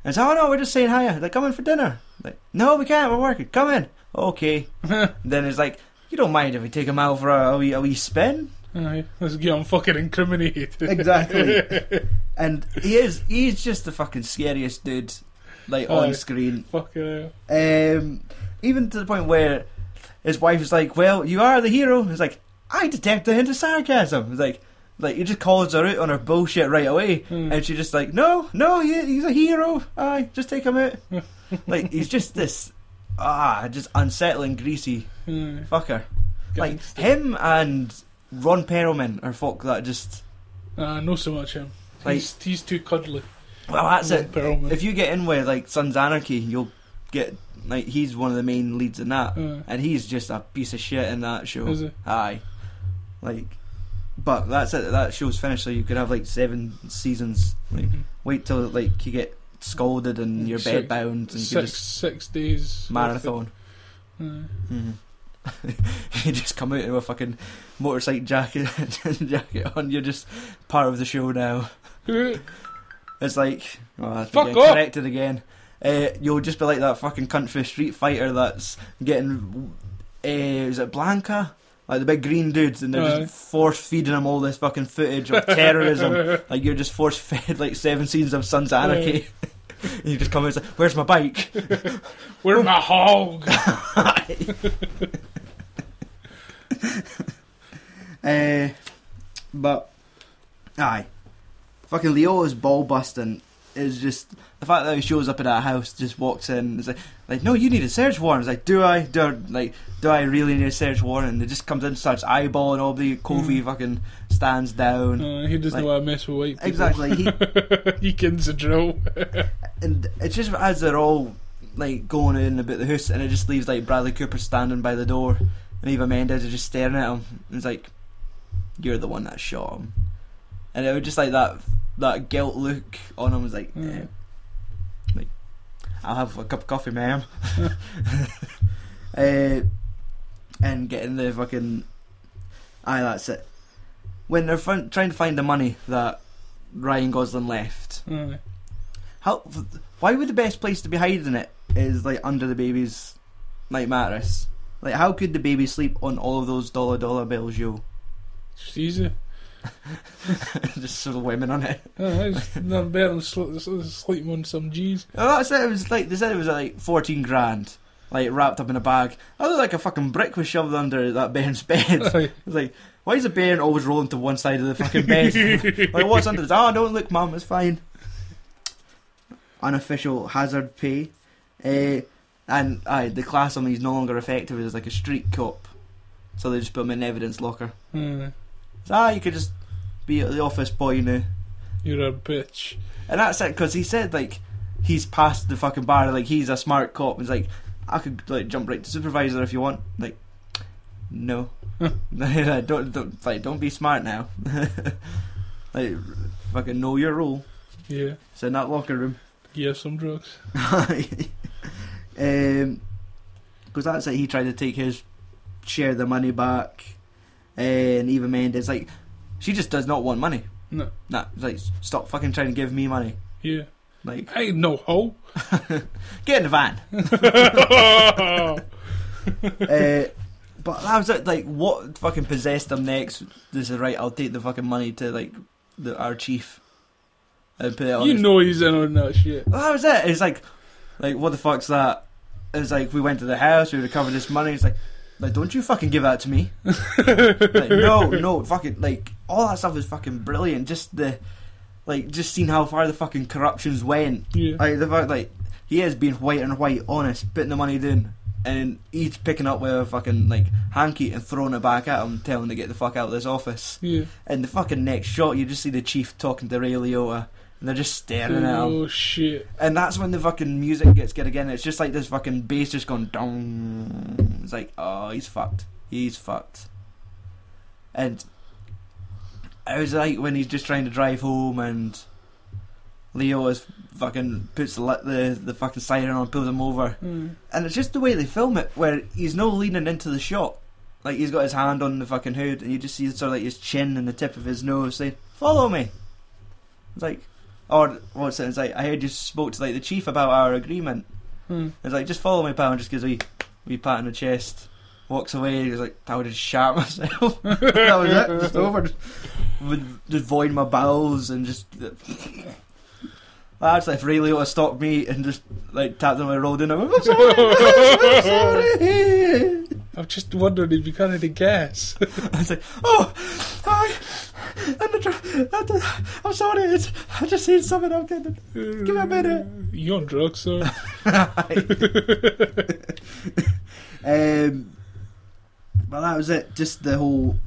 And it's oh no, we're just saying hiya. They're coming for dinner. Like no, we can't. We're working. Come in. Okay. then it's like you don't mind if we take him out for a, a wee a wee spin.
Aye. Let's get on fucking incriminated.
Exactly. And he is he's just the fucking scariest dude, like on
Aye.
screen.
fucking hell.
Um, even to the point where his wife is like, "Well, you are the hero." He's like, "I detect a hint of sarcasm." He's like, like he just calls her out on her bullshit right away,
Hmm.
and she just like, "No, no, he, he's a hero. Aye, just take him out." like he's just this ah, just unsettling, greasy
Aye.
fucker. Like
Gangster.
him and Ron Perelman are fuck that just.
Nah, no so much him.
Like-
he's, he's too cuddly.
Well, that's it.
Perelman.
If you get in with like Sons of Anarchy, you'll get like he's one of the main leads in that.
Aye.
and he's just a piece of shit in that show.
Is he?
Aye, like But that's it. That show's finished. So you could have like seven seasons. Like,
Mm-hmm.
wait till like you get scolded and you're
Six-
bed bound and you
six
just
six days worth of-
marathon.
Aye.
you just come out in a fucking motorcycle jacket jacket on. You're just part of the show now.
Who-
It's like oh, I
Fuck
think I
off.
corrected again. Uh, you'll just be like that fucking cunt for Street Fighter that's getting uh, is it Blanca? Like the big green dudes, and they're
Aye.
just force feeding them all this fucking footage of terrorism. like you're just force fed like seven seasons of Sons of Anarchy. and you just come out and say, "Where's my bike?"
Where my hog?
Uh, but aye, fucking Leo's ball busting is just the fact that he shows up at our house, just walks in, and is like, like, no, you need a search warrant. It's like, do I? Do I, like, do I really need a search warrant? And it just comes in, starts eyeballing all the Kofi fucking stands down.
Uh, he doesn't
Like-
know how to mess with white people.
Exactly. He
he kins the drill.
and it's just as they're all like going in about the house, and it just leaves like Bradley Cooper standing by the door, and Eva Mendes is just staring at him. And it's like, "You're the one that shot him," and it was just like that that guilt look on him was like, eh.
Mm.
like I'll have a cup of coffee, ma'am, uh, and getting the fucking aye, that's it. When they're fin- trying to find the money that Ryan Gosling left,
Aye.
how? Why would the best place to be hiding it is like under the baby's night mattress? Like, how could the baby sleep on all of those dollar dollar bills? You
Just easy.
just sort of women on it.
Uh, it's not better than sl- sl- sleeping on some G's.
Oh, that's it. It was like they said it was like fourteen grand, like wrapped up in a bag. I looked like a fucking brick was shoved under that Baron's bed. It's
Aye.
like, why is the Baron always rolling to one side of the fucking bed? like, what's under this? Oh, don't look, mum. It's fine. Unofficial hazard pay, uh, and aye, the class on he's no longer effective as like a street cop, so they just put him in an evidence locker.
Aye.
So ah, you could just be the office boy now,
You're a bitch.
and that's it. Because he said like he's past the fucking bar, like he's a smart cop. He's like, I could like jump right to supervisor if you want. Like, no, don't don't like don't be smart now. like, fucking know your role.
Yeah.
It's in that locker room.
Yeah, some drugs.
um, because that's it. He tried to take his share of the money back, and Eva Mendes like she just does not want money.
No.
Nah, like stop fucking trying to give me money.
Yeah.
Like
I ain't no hoe.
get in the van.
Aye.
uh, but that was it. Like what fucking possessed them next? This is right. I'll take the fucking money to like the our chief and put it on.
You
his-
know he's in on that shit.
Well, that was it. It's like, like what the fuck's that? It's like we went to the house, we recovered this money. It's like, like don't you fucking give that to me? like, no, no, fucking like all that stuff is fucking brilliant. Just the, like, just seeing how far the fucking corruptions went.
Yeah.
Like the fact, like he has been white and white, honest, putting the money down, and he's picking up with a fucking like hanky and throwing it back at him, telling him to get the fuck out of this office.
yeah.
And the fucking next shot, you just see the chief talking to Ray Liotta, and they're just staring at him.
Oh shit.
And that's when the fucking music gets good again. It's just like this fucking bass just going dong. It's like, oh, he's fucked. He's fucked. And I was like when he's just trying to drive home and Leo is fucking puts the, li- the the fucking siren on, pulls him over.
Aye.
And it's just the way they film it, where he's no leaning into the shot. Like he's got his hand on the fucking hood, and you just see sort of like his chin and the tip of his nose saying, "Follow me." It's like, or what's it? It's like I heard you spoke to like the chief about our agreement.
Aye.
It's like just follow me, pal, and just gives a wee, wee pat on the chest, walks away. He's like, "I would just shat myself." that was it. Just over. Just, would just void my bowels and just. That's if Ray Liotta stopped me and just like tapped on my rolled in. I went, I'm sorry, I'm sorry.
I'm just wondering if you can't even guess.
I was like, oh, hi, I'm, the dr- I'm, the- I'm sorry, it's, I just seen something. I'm getting.
Give
me a minute.
You on drugs, sir?
um, but that was it. Just the whole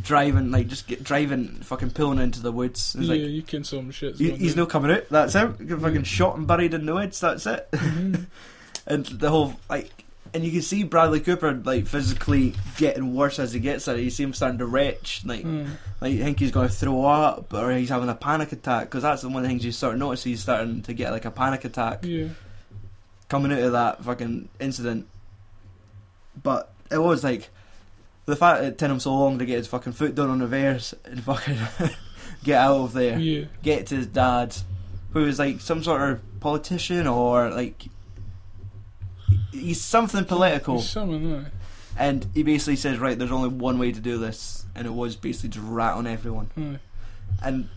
driving, like just get, driving, fucking pulling into the woods. It's
yeah,
like
you kin some shit.
he- he's no coming out.
Mm-hmm.
That's it. Get fucking shot and buried in the woods. That's it. and the whole like and you can see Bradley Cooper like physically getting worse as he gets there. You see him starting to retch, like
Hmm. Mm-hmm.
like you think he's going to throw up or he's having a panic attack because that's the one of the things you sort of notice he's starting to get like a panic attack
Yeah.
coming out of that fucking incident. But it was like the fact that it took him so long to get his fucking foot down on reverse and fucking get out of there
Yeah.
get to his dad, who is like some sort of politician or like he's something political,
He's Something like
and he basically says, "Right, there's only one way to do this," and it was basically to rat on everyone,
that. Aye.
and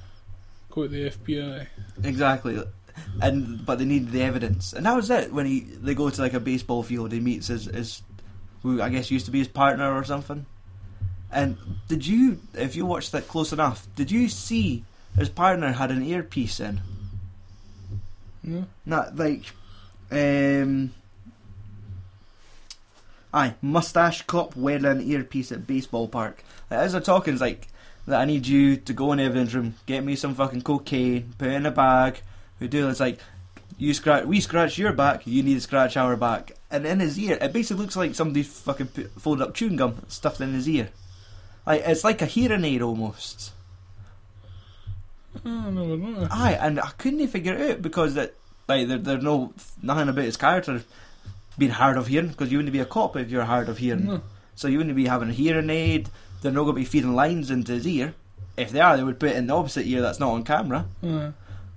Go to Mm. the FBI.
exactly. And but they needed the evidence, and that was it. When he they go to like a baseball field, he meets his, his who I guess used to be his partner or something. And did you, if you watched that close enough, did you see his partner had an earpiece in?
No?
Not like, um, aye, mustache cop wearing an earpiece at baseball park. Like, as they're talking, it's like that. I need you to go in the evidence room, get me some fucking cocaine, put it in a bag. We do. It's like you scratch, we scratch your back, you need to scratch our back. And in his ear, it basically looks like somebody fucking put, folded up chewing gum and stuffed it in his ear. Like it's like a hearing aid almost.
Oh, I never know.
Aye, and I couldn't figure it out because that like there, there's no nothing about his character being hard of hearing because you wouldn't be a cop if you're hard of hearing.
No.
So you wouldn't be having a hearing aid. They're not going to be feeding lines into his ear. If they are, they would put it in the opposite ear that's not on camera.
Aye.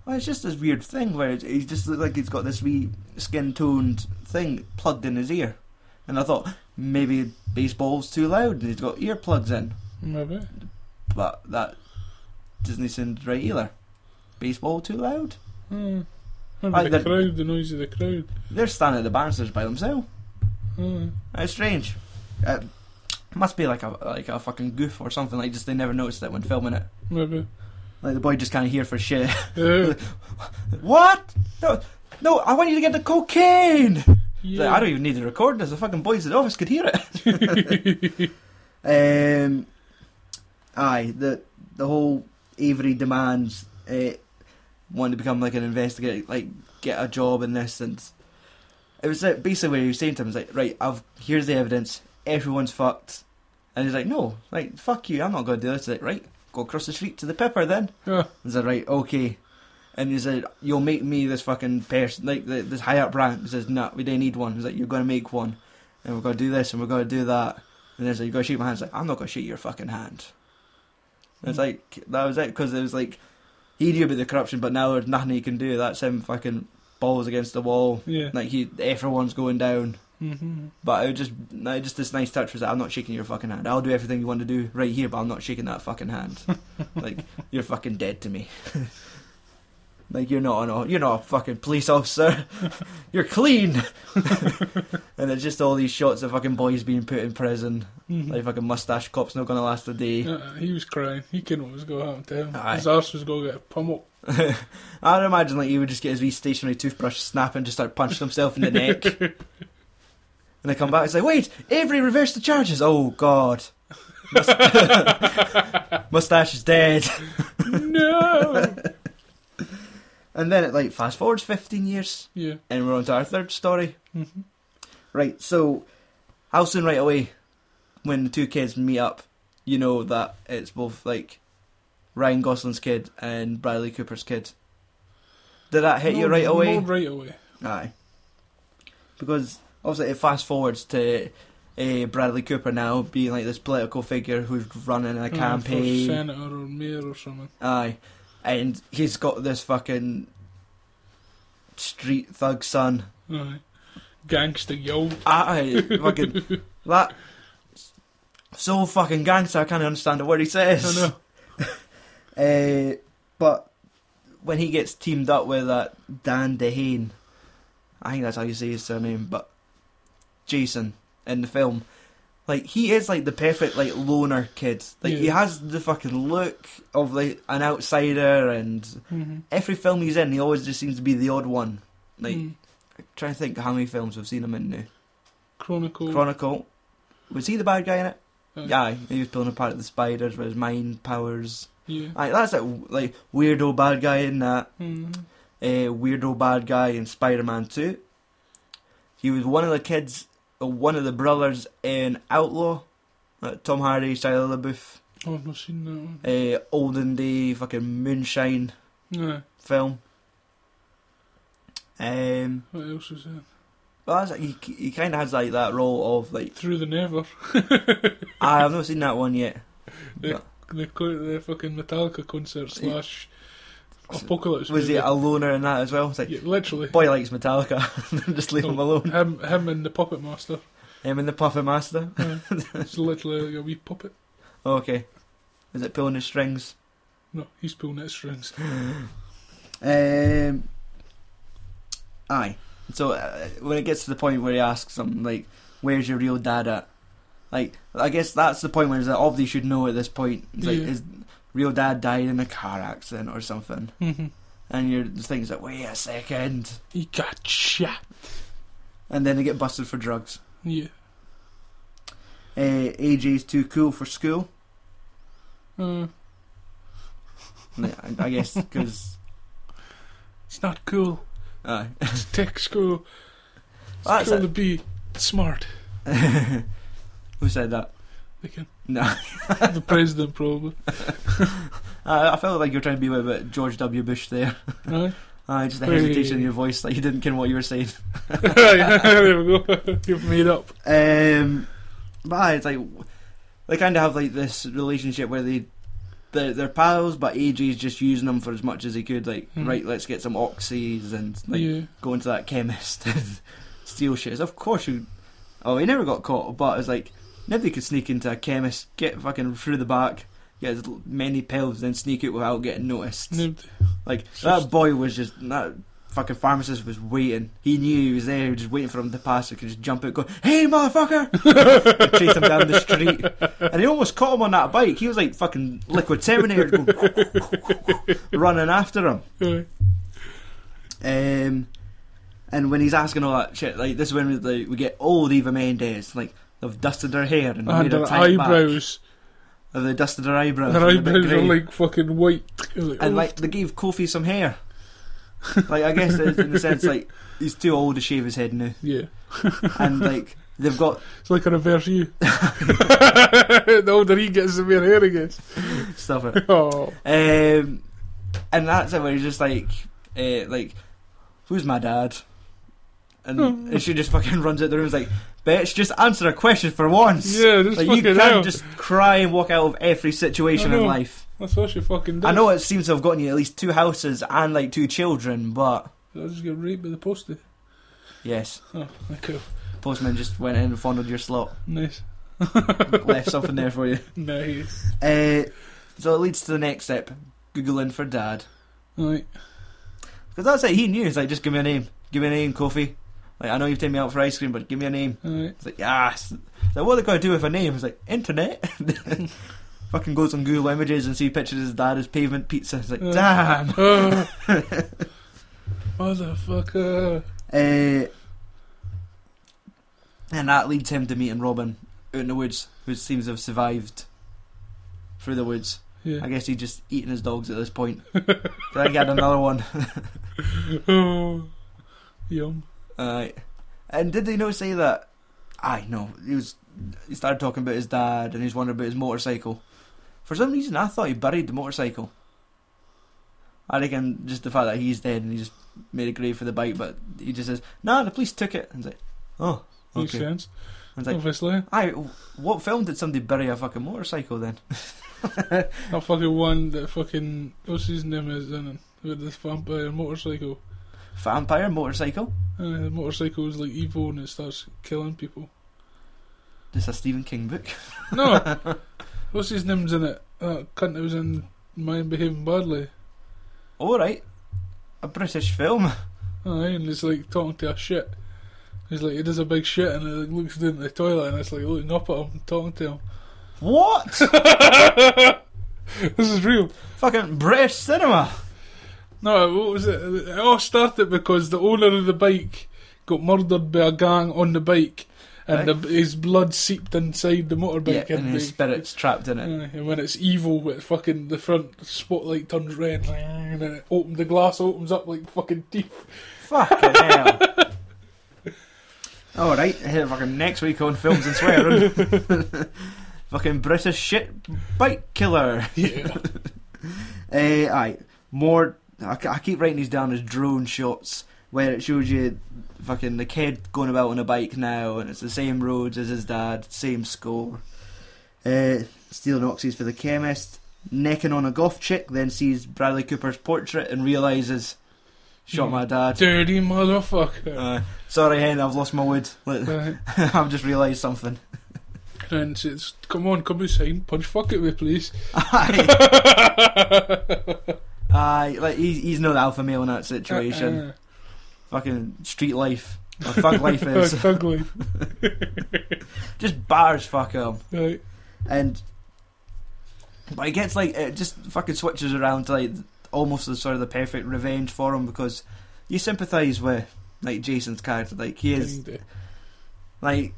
Well, it's just this weird thing where it's- he just looks like he's got this wee skin toned thing plugged in his ear. And I thought maybe baseball's too loud and he's got earplugs in,
Maybe.
but that doesn't sound right either. Baseball too loud.
Aye. Mm. Maybe
Aye,
the
the-
crowd, the noise of the crowd. Mm.
They're standing at the banisters by themselves.
Aye.
It's strange. Uh, It must be like a like a fucking goof or something. Like just they never noticed it when filming it.
Maybe.
Like the boy just can't hear for shit.
Yeah.
what? No, no! I want you to get the cocaine. He's
yeah.
Like, I don't even need to record this. The fucking boys at the office could hear it. um, aye, the the whole Avery demands uh, wanting to become like an investigator, like get a job in this, and it was like, basically what he was saying to him. He's like, right, I've here's the evidence. Everyone's fucked, and he's like, no, like fuck you, I'm not gonna do this. He's like, right, go across the street to the pepper then.
Ah,
Is said, right, okay. And he said, you'll make me this fucking person, like th- this high up rank. He says, no, we don't need one. He's like, you're going to make one. And we're going to do this and we're going to do that. And then like, you're going to shake my hand. He's like, I'm not going to shake your fucking hand. And it's like, that was it. Because it was like, he knew about the corruption, but now there's nothing he can do. That's him fucking balls against the wall.
yeah.
Like, he, everyone's going down.
Mm-hmm.
But it was just, no, just this nice touch was that I'm not shaking your fucking hand. I'll do everything you want to do right here, but I'm not shaking that fucking hand. like you're fucking dead to me. like you're not an, you're not a fucking police officer. you're clean. and it's just all these shots of fucking boys being put in prison.
Mm-hmm.
Like fucking mustache cop's not gonna last a day.
Uh, he was crying. He couldn't know what was going to happen to him.
Aye.
His arse was going to get pummeled.
I'd imagine like he would just get his wee stationary toothbrush snap and just start punching himself in the neck. and they come back and say, "Wait, Avery reversed the charges." Oh God, Must- mustache is dead.
no!
And then it like fast forwards fifteen years,
Yeah.
and we're on to our third story.
Mm-hmm.
Right, so how soon right away when the two kids meet up, you know that it's both like Ryan Gosling's kid and Bradley Cooper's kid. Did that hit you right away?
right away.
Aye. Because obviously it fast forwards to uh, Bradley Cooper now being like this political figure who's running a
Uh, For
campaign.
senator or mayor or something.
Aye. And he's got this fucking street thug son.
Aye. Gangster yo.
Aye. Fucking. that. So fucking gangster, I can't understand a word he says.
I know.
Uh, but when he gets teamed up with that Dan DeHaan, I think that's how you say his surname, but Jason in the film, like he is like the perfect like loner kid. Like he
Yeah.
has the fucking look of like an outsider, and
Mm-hmm.
every film he's in, he always just seems to be the odd one. Like
Hmm. Mm.
trying to think how many films we've seen him in now.
Chronicle.
Chronicle, was he the bad guy in it?
Aye.
Yeah, he was pulling apart the spiders with his mind powers.
yeah.
Like that's like w- like weirdo bad guy in that eh,
Mm-hmm.
uh, weirdo bad guy in Spider Man Two. He was one of the kids one of the brothers in Outlaw, like Tom Hardy, Shia LaBeouf,
Oh, I've not seen that one.
uh, olden day fucking moonshine Eh.
No.
film. Um,
What else is that?
but that's, he he kind of has like that role of like
Through the Never.
I, I've not seen that one yet.
The,
But
the, co- the fucking Metallica concert slash Apocalypse.
Eh. was he
movie.
a loner in that as well? It's like
Yeah, literally.
boy likes Metallica, just leave him alone.
Him, him and the Puppet Master.
Him and the Puppet Master.
Yeah. it's literally like a wee puppet.
Okay, is it pulling the strings?
No, he's pulling at strings.
Um, aye. So uh, when it gets to the point where he asks him, like, "Where's your real dad at?" Like, I guess that's the point where it's like, obviously should know at this point. It's like
Yeah.
his real dad died in a car accident or something,
Mhm.
and you're the things like, "Wait a second.
he got shot. e-
and then they get busted for drugs.
Yeah.
Uh, AJ's too cool for school.
Uh,
Like, I, I guess because.
it's not cool.
Aye.
It's tech school. It's
That's
cool
it.
to be smart.
Who said that?
They can.
No,
the president probably.
I, I felt like you were trying to be a bit George W. Bush there.
Aye.
Ah, just the
Wait.
hesitation in your voice, like you didn't ken what you were saying.
there we go. You've made up.
Um, but aye, it's like they kind of have like this relationship where they they're, they're pals, but AJ's just using them for as much as he could. Like,
Mhm.
right, let's get some oxys and like
yeah.
go into that chemist and steal shit. It's, Of course you. Oh, he never got caught, but it's like nobody could sneak into a chemist, get fucking through the back, get as many pills, then sneak out without getting noticed.
Named-
Like
Just-
that boy was just that fucking pharmacist was waiting. He knew he was there, just waiting for him to pass. He could just jump out, go, "Hey, motherfucker!" and chase him down the street, and he almost caught him on that bike. He was like fucking liquid terminator, going running after him.
Aye.
Um, and when he's asking all that shit, like this is when we, like, we get old Eva Mendes, like. They've dusted her hair and, made
And
her
her
tight back.
eyebrows.
Have they dusted her eyebrows?
Her
They're a bit
eyebrows are
grey.
like fucking white. It's like,
and
oh,
like they gave Kofi some hair. like I guess in in the sense like he's too old to shave his head now,
yeah.
and like they've got
It's like a reverse you. the older he gets, the more hair he gets.
stuff. It.
Oh.
Um, and that's it where he's just like, uh, like, who's my dad? And,
Hmm.
and she just fucking runs out the room. and is like, bitch, just answer a question for once.
Yeah, just
like you
fucking
can't
hell.
just cry and walk out of every situation
I
in
know.
life.
That's what she fucking did.
I know it seems to have gotten you at least two houses and like two children, but
I just get raped by the postie.
yes,
Oh, cool.
postman just went in and fondled your slot.
Nice.
left something there for you.
Nice.
Uh, so it leads to the next step: googling for dad,
Right.
because that's it. He knew. He's like, just give me a name. Give me a name, Kofi. Like, I know you've taken me out for ice cream, but give me a name.
Right.
It's like, yes. It's Like, what are they going to do with a name? It's like, internet. Fucking goes on Google Images and see pictures of his dad as pavement pizza. It's like,
Uh,
damn.
Oh. Motherfucker.
Uh, and that leads him to meeting Robin out in the woods, who seems to have survived through the woods. I
Yeah.
guess he's just eating his dogs at this point. Then I get another one.
Oh. Yum.
Alright. And did they not say that? I know he was. He started talking about his dad, and he was wondering about his motorcycle. For some reason, I thought he buried the motorcycle. I reckon just the fact that he's dead and he just made a grave for the bike, but he just says, "No, the police took it." And it's like, "Oh,
Makes
okay."
sense.
And it's like,
Obviously.
"I, what film did somebody bury a fucking motorcycle then?"
That fucking one that fucking. What's his name is in it? With this vampire motorcycle.
Vampire motorcycle.
Uh, the motorcycle is like evil and it starts killing people.
This is a Stephen King book.
No! What's his name's in it? That cunt that was in Mind Behaving Badly.
All right, a British film.
Aye, and it's Oh, like talking to a shit. He's like, he does a big shit and it like, looks down at the toilet and it's like looking up at him and talking to him.
What?
This is real.
Fucking British cinema.
No, what was it? It all started because the owner of the bike got murdered by a gang on the bike and the, his blood seeped inside the motorbike.
yeah, and his
the-
spirit's trapped in it.
Aye, and when it's evil, it fucking the front spotlight turns red, and then it opens the glass opens up like fucking teeth.
Fucking hell. All right, eh, fucking next week on films and swearing. fucking British shit bike killer.
Yeah.
Uh, aye, more. I, I keep writing these down as drone shots where it shows you fucking the kid going about on a bike now, and it's the same roads as his dad, same score. Uh, stealing oxys for the chemist, necking on a goth chick, then sees Bradley Cooper's portrait and realizes,
Hmm.
shot my dad.
Dirty motherfucker.
Uh, sorry, Hen, I've lost my wood. Look,
Right.
I've just realised something.
And says, come on, come inside, punch fuck at me, please.
Aye, aye, like he's, he's no alpha male in that situation.
Uh, uh,
Fucking street life, or thug life is.
thug life.
just bars fuck him
Right.
and but it gets like it just fucking switches around to like almost the sort of the perfect revenge for him because you sympathise with like Jason's character like he is
Kinda.
like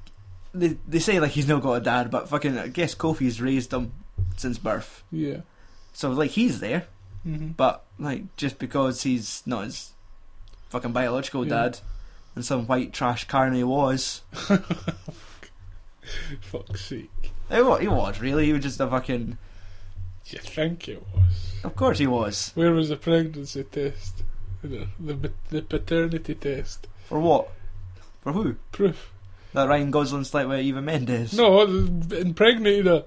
they, they say like he's not got a dad but fucking I guess Kofi's raised him since birth
Yeah.
so like he's there
Mm-hmm.
but like just because he's not his fucking biological
Yeah.
dad and some white trash carny was
Fuck's sake.
he wa- he was really he was just a fucking
You think it was.
of course he was
Where was the pregnancy test? The, the, the paternity test.
For what? For who?
Proof.
That Ryan Gosling slept with Eva Mendes.
No, impregnated her.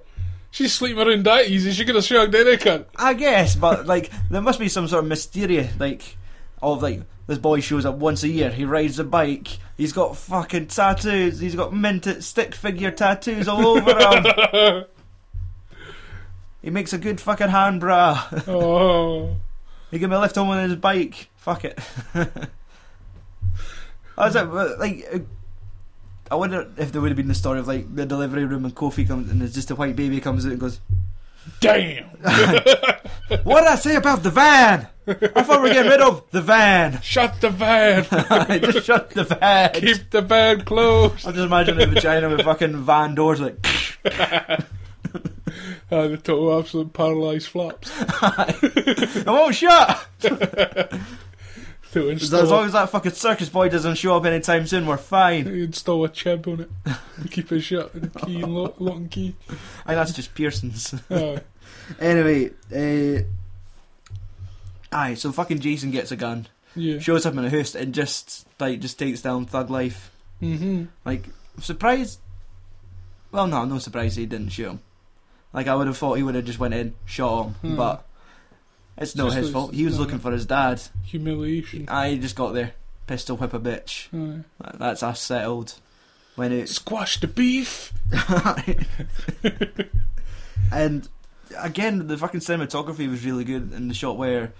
She's sleeping around that easy. She could have shrugged any cunt.
I guess, but like there must be some sort of mysterious like of like this boy shows up once a year, he rides a bike, he's got fucking tattoos, he's got minted stick figure tattoos all over him. He makes a good fucking hand bra.
oh.
He can be left home on his bike. Fuck it. I was like, but, like, uh, I wonder if there would have been the story of like the delivery room and Kofi comes and there's just a white baby comes out and goes,
Damn!
What did I say about the van? I thought we were getting rid of the van.
Shut the van!
just shut the van.
Keep the van closed!
I'm just imagining a vagina with fucking van doors like.
Ah, the total absolute paralysed flaps.
It won't shut.
To
As
install,
long as that fucking circus boy doesn't show up anytime soon, we're fine.
install a chib on it. Keep it shut and key and lock, lock and key.
And that's just Pearson's.
Ah,
Anyway, uh, aye. So fucking Jason gets a gun,
yeah.
shows up in a house, and just like just takes down Thug Life.
Mm-hmm.
Like surprised. Well, no, I'm not surprised he didn't shoot him. Like I would have thought he would have just went in, shot him,
Hmm.
but it's no
Just
his
was-
fault. He was
no.
looking for his dad.
Humiliation.
I just got there, pistol whip a bitch.
Aye.
That- That's us settled. When it's
Squash the beef!
and again, the fucking cinematography was really good in the shot where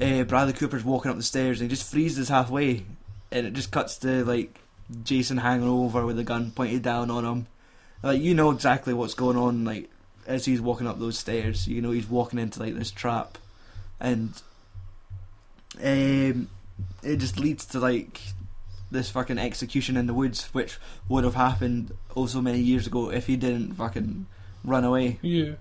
uh, Bradley Cooper's walking up the stairs and he just freezes halfway, and it just cuts to like Jason hanging over with a gun pointed down on him. Like you know exactly what's going on. Like as he's walking up those stairs, you know he's walking into like this trap, and um, it just leads to like this fucking execution in the woods, which would have happened also many years ago if he didn't fucking run away.
Yeah.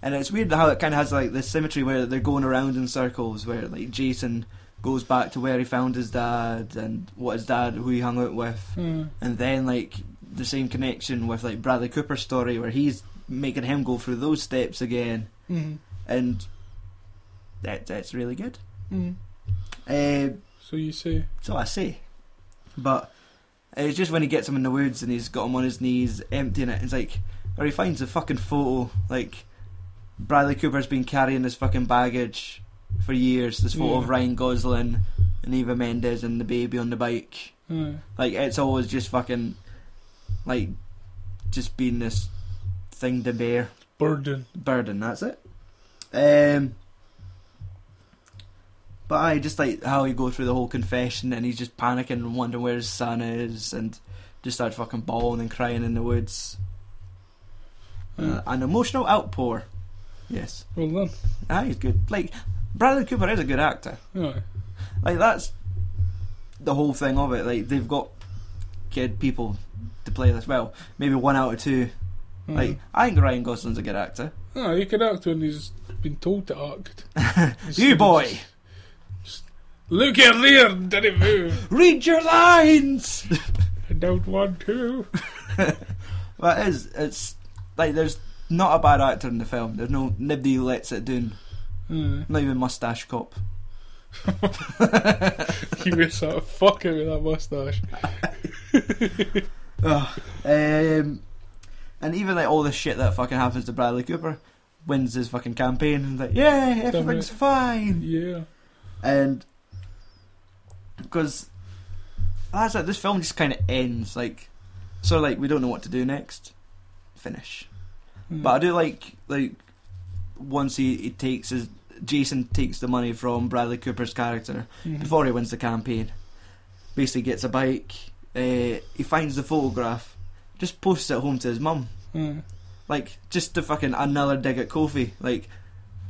And it's weird how it kind of has like this symmetry where they're going around in circles, where like Jason goes back to where he found his dad and what his dad who he hung out with,
Ah,
and then like the same connection with like Bradley Cooper's story where he's making him go through those steps again,
mm,
and that that's really good.
mm.
Um,
So you say,
So I say. But it's just when he gets him in the woods and he's got him on his knees, emptying it. It's like, or he finds a fucking photo. Like Bradley Cooper's been carrying this fucking baggage for years. This photo of
Yeah.
Ryan Gosling and Eva Mendes and the baby on the bike.
ah,
Like it's always just fucking, like, just being this thing to bear
burden.
burden. That's it. Um, but I just like how he go through the whole confession and he's just panicking and wondering where his son is and just starts fucking bawling and crying in the woods. Uh,
Mm.
an emotional outpour. Yes,
Well done.
ah, he's good. Like Bradley Cooper is a good actor.
Aye.
Like that's the whole thing of it. Like they've got kid people to play this. Well, maybe one out of two.
Aye.
Like I think Ryan Gosling's a good actor.
Ah, he can act when he's been told to act.
You boy,
Look at there, didn't move.
read your lines.
don't want to.
Well, it is. It's like there's not a bad actor in the film. There's no nobody who lets it down.
Hmm.
Not even Mustache Cop.
he was sort of fucking with that mustache.
Ugh. um, and even like all the shit that fucking happens to Bradley Cooper wins his fucking campaign and like yeah everything's fine
Yeah.
and because that's it this film just kind of ends like so like we don't know what to do next finish
Hmm.
But I do like like once he, he takes his Jason takes the money from Bradley Cooper's character
Mhm.
before he wins the campaign. Basically, gets a bike. Uh, he finds the photograph, just posts it home to his mum.
Hmm.
Like just to fucking another dig at Kofi. Like,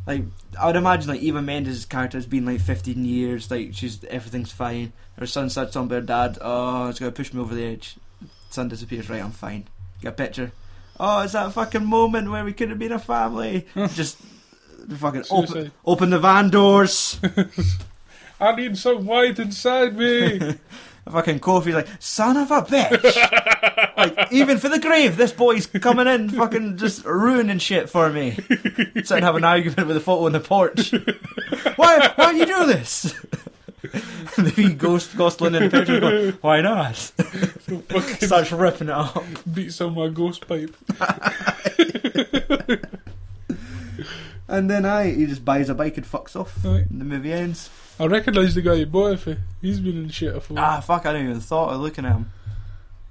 like I would imagine like Eva Mendes' character's been like 15 years. Like she's everything's fine. Her son said something to her dad. Oh, it's gonna push me over the edge. Son disappears. Right, I'm fine. Get a picture. Oh, it's that fucking moment where we could have been a family. Just fucking open,
Suicide.
open the van doors.
I need some white inside me.
fucking Kofi's like son of a bitch. like even for the grave, this boy's coming in, fucking just ruining shit for me. Sit and have an argument with the photo on the porch. why? Why do you do this? and the wee ghost Gosling in the picture going, why not?
fucking
Starts ripping it up.
beats on my ghost pipe.
And then I, he just buys a bike and fucks off.
Right.
And the movie ends.
I recognise the guy you bought it for. He's been in shit before.
Ah, fuck! I didn't even thought of looking at him.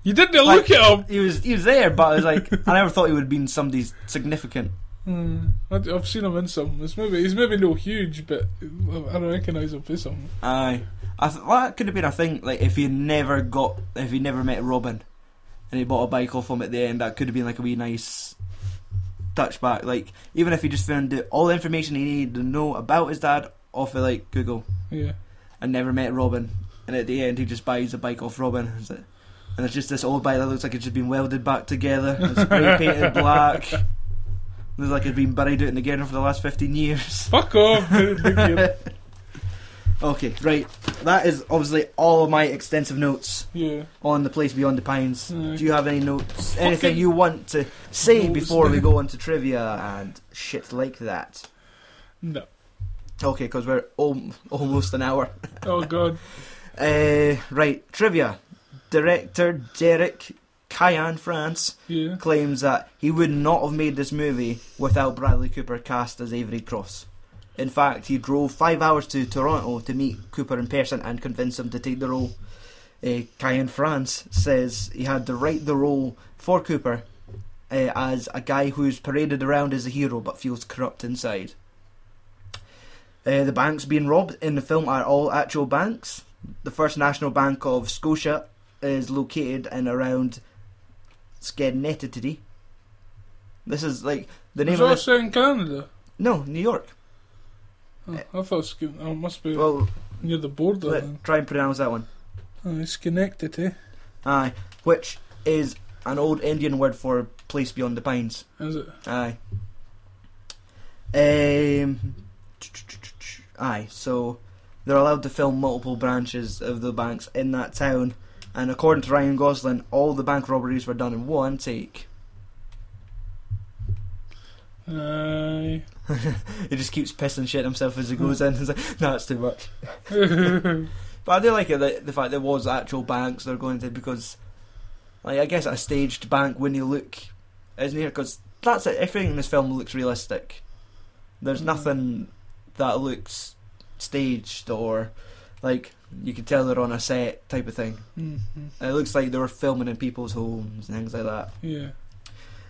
you didn't
Like-
look at him.
He was he was there, but I was like, I never thought he would have been somebody's significant.
Hmm. I, have seen him in some. It's maybe he's maybe no huge, but I, I recognise him for something.
Aye, I th- that could have been a thing. Like if he never got, if he never met Robin, and he bought a bike off him at the end, that could have been like a wee nice touchback. Like even if he just found out all the information he needed to know about his dad off of like Google,
Yeah.
and never met Robin, and at the end he just buys a bike off Robin. Is it? And it's just this old bike that looks like it's just been welded back together, and it's spray painted black. Looks like it's been buried out in the garden for the last fifteen years.
Fuck off. yeah.
Okay, right. That is obviously all of my extensive notes
yeah.
on the place beyond the pines.
Mm.
Do you have any notes? Anything
Fucking
you want to say
notes,
before we
man.
go on to trivia and shit like that?
No.
Okay, because we're al- almost an hour.
Oh god.
Uh, right, trivia. Director Derek Kayan France
Yeah.
claims that he would not have made this movie without Bradley Cooper cast as Avery Cross. In fact, he drove five hours to Toronto to meet Cooper in person and convince him to take the role. Uh, Cayenne France says he had to write the role for Cooper uh, as a guy who's paraded around as a hero but feels corrupt inside. Uh, the banks being robbed in the film are all actual banks. The First National Bank of Scotia is located in around Schenectady. This is like the name
Was
of
I
this.
set in Canada?
No, New York.
Oh, I thought Skin- oh, it must be
Well,
near the border.
let-
then.
try and pronounce that one.
Oh, it's connected, eh?
Aye, which is an old Indian word for place beyond the pines.
Is it?
Aye. Um. Aye. So they're allowed to film multiple branches of the banks in that town, and according to Ryan Gosling, all the bank robberies were done in one take.
Aye.
He just keeps pissing shit himself as he goes in. He's like, "No, it's too much."
yeah.
But I do like it, the, the fact there was actual banks they're going to because, like, I guess a staged bank when you look, isn't it? Because that's it. Everything in this film looks realistic. There's
Mhm.
nothing that looks staged or like you can tell they're on a set type of thing.
Mm-hmm.
It looks like they were filming in people's homes and things like that.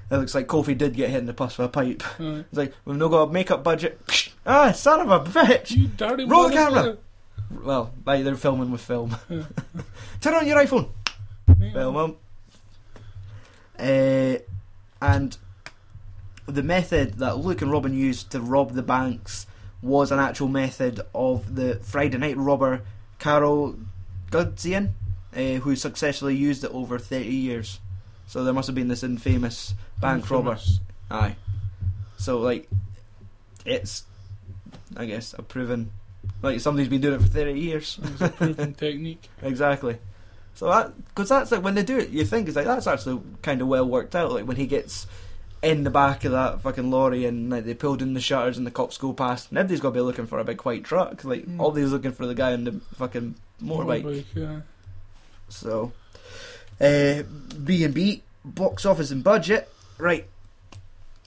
It looks like Kofi did get hit in the pus with a pipe.
Aye.
It's like we've not got a makeup budget. ah, son of a bitch!
You dirty
Roll the
motherfucker.
Well, like they're filming with film.
Yeah.
Turn on your iPhone.
Name
Well,
it.
mum. Uh, and the method that Luke and Robin used to rob the banks was an actual method of the Friday night robber Carol Gudzian, uh, who successfully used it over 30 years. So there must have been this infamous bank robber.
Infamous.
Aye. So, like, it's, I guess, a proven. Like, somebody's been doing it for 30 years.
It's a proven technique.
Exactly. So that because that's like when they do it, you think it's like that's actually kind of well worked out. Like when he gets in the back of that fucking lorry and like, they pulled in the shutters and the cops go past and everybody's got to be looking for a big white truck. Like
Mm.
all looking for the guy in the fucking motorbike.
Motorbike, yeah.
So, uh, B and B box office and budget. Right,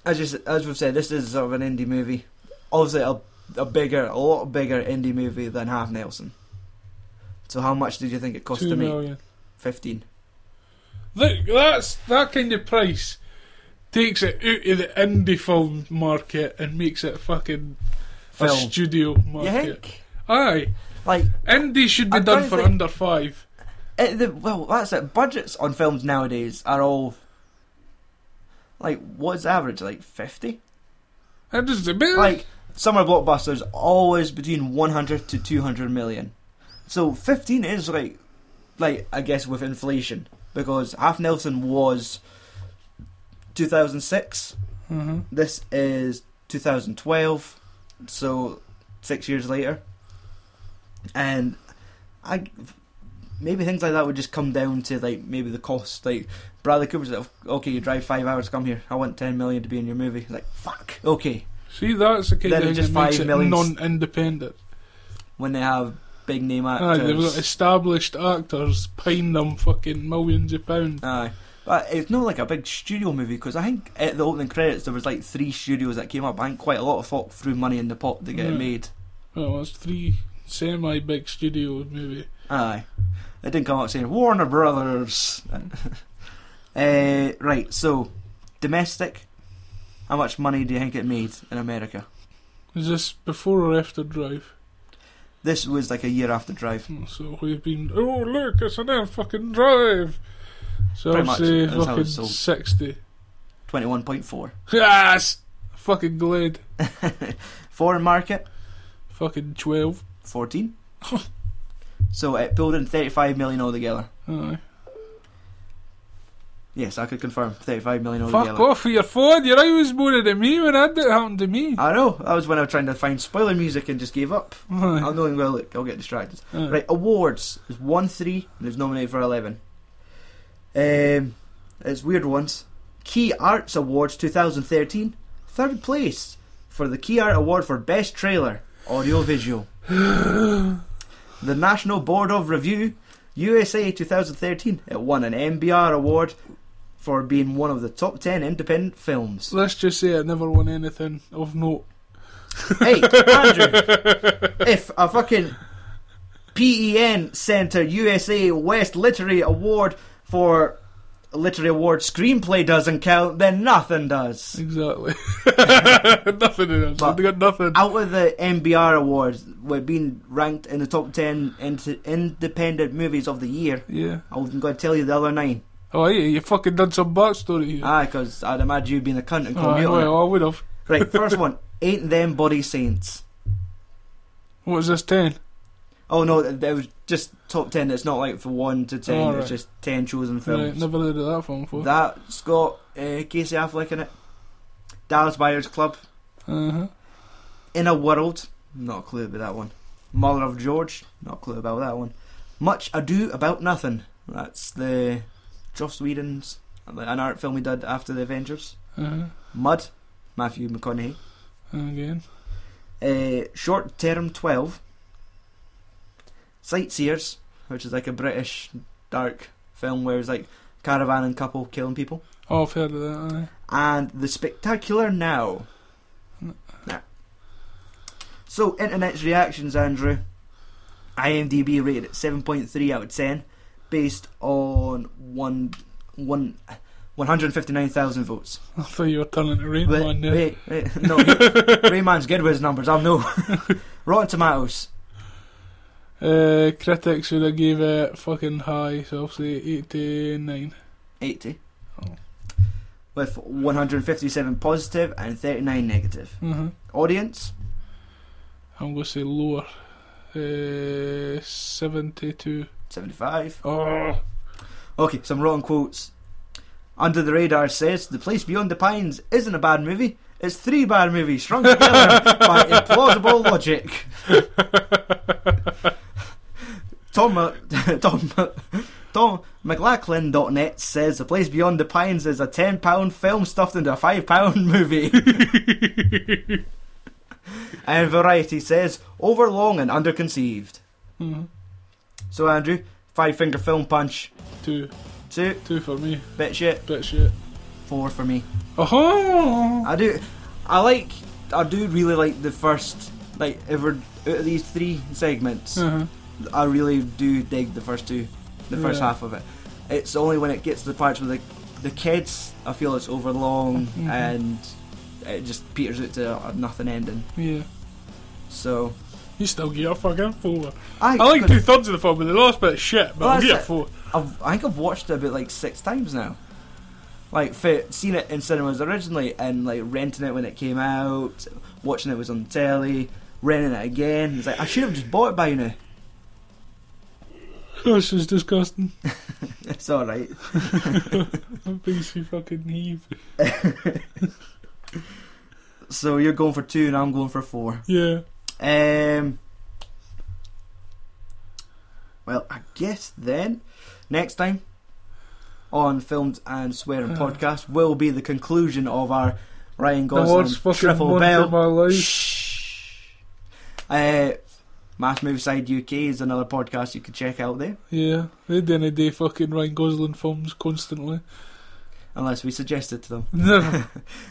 as you, s- as we've said, this is sort of an indie movie. Obviously, a, a bigger, a lot bigger indie movie than Half Nelson. So, how much did you think it cost
Two
to make?
million.
Fifteen.
Look, that's that kind of price takes it out of the indie film market and makes it fucking a
Film.
studio
You
market.
think?
Aye,
Like,
indie should be
I'm
done
trying to
for
think-
under five.
it, the, well, that's it. Budgets on films nowadays are all like what's average? Like fifty.
That is the best.
like summer blockbusters always between 100 to 200 million so 15 is like like i guess with inflation because half nelson was 2006
Mhm.
this is 2012 so six years later and i maybe things like that would just come down to like maybe the cost like bradley cooper's like okay you drive five hours to come here i want 10 million to be in your movie like fuck okay
See, that's the kind
Then
of thing
it's just
that makes
five
it
million-
non-independent.
when they have big name
Aye, they've got
actors.
established actors paying them fucking millions of pounds.
Aye. But it's not like a big studio movie because I think at the opening credits there was like three studios that came up. I think quite a lot of thought threw money in the pot to get it
Yeah.
made.
Well, that's three semi-big studio movie.
Aye. It didn't come up saying Warner Brothers. uh, right, so domestic. How much money do you think it made in America?
Is this before or after Drive? Hmm,
This was like a year after Drive.
So we've been, oh look, it's an air fucking drive. So
Pretty
I'll
much,
say
that's how
fucking
it's sold.
60.
21.4.
Yes! Fucking Glade.
Foreign market,
Fucking 12.
14. so it pulled in 35 million altogether.
Aye.
Yes, I could confirm. 35 million
Fuck
altogether.
off with your phone, you're always moaning at me when that didn't happen to me.
I know. That was when I was trying to find spoiler music and just gave up.
Aye.
I'm knowing well, look, I'll get distracted.
Aye.
Right, awards. There's one three, and there's nominated for eleven. Um, it's weird ones. Key Arts Awards 2013, third place for the Key Art Award for Best Trailer Audio Visual. the National Board of Review USA 2013. It won an MBR award for being one of the top ten independent films.
Let's just say I never won anything of note.
Hey, Andrew, if a fucking PEN Center USA West Literary Award for Literary Award screenplay doesn't count, then nothing does.
Exactly. nothing in it.
But-
I've got nothing.
Out of the MBR awards, we're being ranked in the top 10 in- independent movies of the year.
yeah.
I'm going to tell you the other nine.
Oh, yeah, you fucking done some backstory here.
Ah, because I'd imagine you being a cunt and
Oh,
calling me out on it.
well, I would have.
Right, first one Ain't Them Body Saints.
What is this, 10?
Oh no, th- it was just top 10. It's not like for 1 to 10,
Oh,
it's
right.
just 10 chosen films.
Right, never heard of that film before.
That's got uh, Casey Affleck in it. Dallas Buyers Club.
uh-huh.
In a World. Not a clue about that one. Mother of George. Not a clue about that one. Much Ado About Nothing. That's the Joss Whedon's an art film he did after the Avengers.
Uh-huh.
Mud. Matthew McConaughey.
Again.
Uh, Short Term 12. Sightseers, which is like a British dark film where it's like caravan and couple killing people.
Oh, I've heard of that, aye.
and The Spectacular Now.
No.
Now. So, internet's reactions, Andrew. IMDb rated at 7.3 out of 10, based on one, one, 159,000 votes.
I thought you were turning to Rain
Wait,
Man now.
wait, wait, no, Rayman's good with his numbers, I'm no. Rotten Tomatoes,
Uh, critics would have gave it fucking high, so I'll say 89.
80.
Oh.
With 157 positive and 39 negative.
Uh-huh.
Audience,
I'm going to say lower. Uh, 72.
75.
Oh,
Okay, some rotten quotes. Under the Radar says The Place Beyond the Pines isn't a bad movie. It's three bad movies strung together by implausible logic. uh, Tom, Tom, Tom McLachlan.net says The Place Beyond the Pines is a £10 film stuffed into a £5 movie. and Variety says Overlong and Underconceived.
Mhm.
So, Andrew, Five Finger Film Punch.
Two,
Two,
two for me.
bit shit.
Bit shit.
Four for me.
Oh,
I do. I like. I do really like the first. Like, ever. Out of these three segments,
uh-huh.
I really do dig the first two. The first
Yeah.
half of it. It's only when it gets to the parts with the, the kids, I feel it's overlong
Mhm.
and it just peters out to a nothing ending.
yeah.
So.
You still get a fucking four. I like two thirds of the film, but the last bit is shit. But
Well,
I'll
Oh, that's
get a
it.
four.
I've, I think I've watched it about like six times now. Like, fi- seen it in cinemas originally, and like renting it when it came out, watching it was on the telly, renting it again. It's like I should have just bought it by now.
This is disgusting.
It's all right.
A piece of fucking heave.
So you're going for two, and I'm going for four.
Yeah.
Um. Well, I guess then next time on films and swearing
Uh.
podcast will be the conclusion of our Ryan
The worst
Gosling
fucking
triple
month
bell.
of my life.
Shh. Uh, Mass Movie Side UK is another podcast you can check out there,
Yeah. They do any day fucking Ryan Gosling films constantly.
unless we suggest it to them.
No.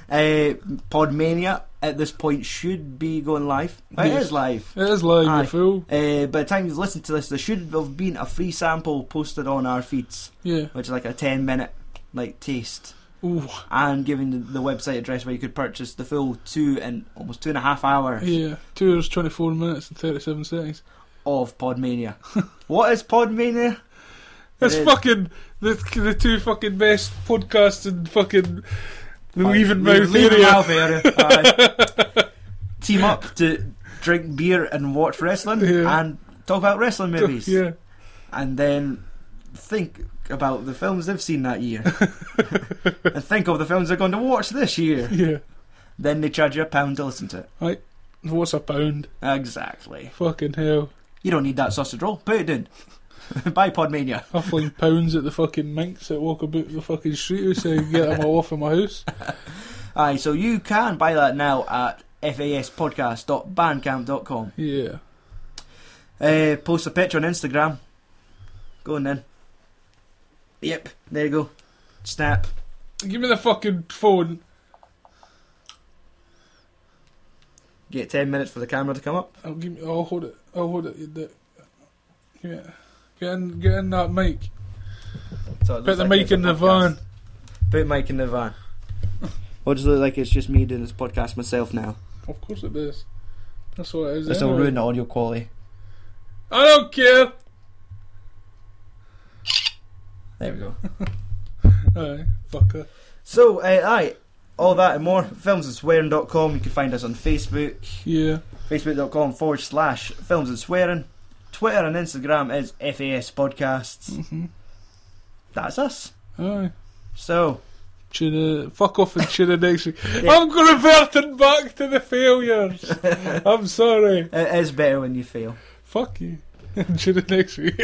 Uh, Podmania at this point should be going live. It is
Yes.
live.
it is lying,
Aye.
you fool.
Uh, by the time you listen to this, there should have been a free sample posted on our feeds,
Yeah.
which is like a ten minute like taste,
Ooh.
and giving the, the website address where you could purchase the full two and almost two and a half hours
Yeah. Two hours, 24 minutes, and 37 seconds.
of Podmania. what is Podmania?
It's
It is.
fucking the, the two fucking best podcasts in fucking the
Fine.
Leaving
Leave-
Mouth
leave
area.
mouth area. Aye. uh, Team up to drink beer and watch wrestling
Yeah.
and talk about wrestling movies.
Yeah.
And then think about the films they've seen that year. and think of the films they're going to watch this year.
Yeah.
Then they charge you a pound to listen to it.
What's a pound?
Exactly.
Fucking hell.
You don't need that sausage roll. Put it in. Buy Podmania.
Huffling pounds at the fucking minks that walk about the fucking street so I can get them all off of my house.
Aye, so you can buy that now at faspodcast.bandcamp.com.
Yeah.
Uh, post a picture on Instagram. Go on then. Yep, there you go. Snap.
Give me the fucking phone.
Get 10 minutes for the camera to come up.
I'll give me. I'll hold it. I'll hold it. You dick. Give it. Get in, get in that mic.
So it
Put
looks
the
like
mic
it's a
in the
podcast.
van.
Put Mike in the van. Or does it look like it's just me doing this podcast myself now?
Of course it does. That's what it is.
This will
anyway.
ruin the audio quality.
I don't care.
There we go.
Aye, fucker.
So, uh, aye, all that and more. Filmsandswearing.com. You can find us on Facebook.
Yeah.
Facebook.com forward slash films and swearing. Twitter and Instagram is FAS Podcasts.
Mm-hmm.
That's us.
Aye.
So,
Tune in- Fuck off and tune in next week. I'm reverting back to the failures. I'm sorry.
it is better when you fail.
Fuck you. tune in next week.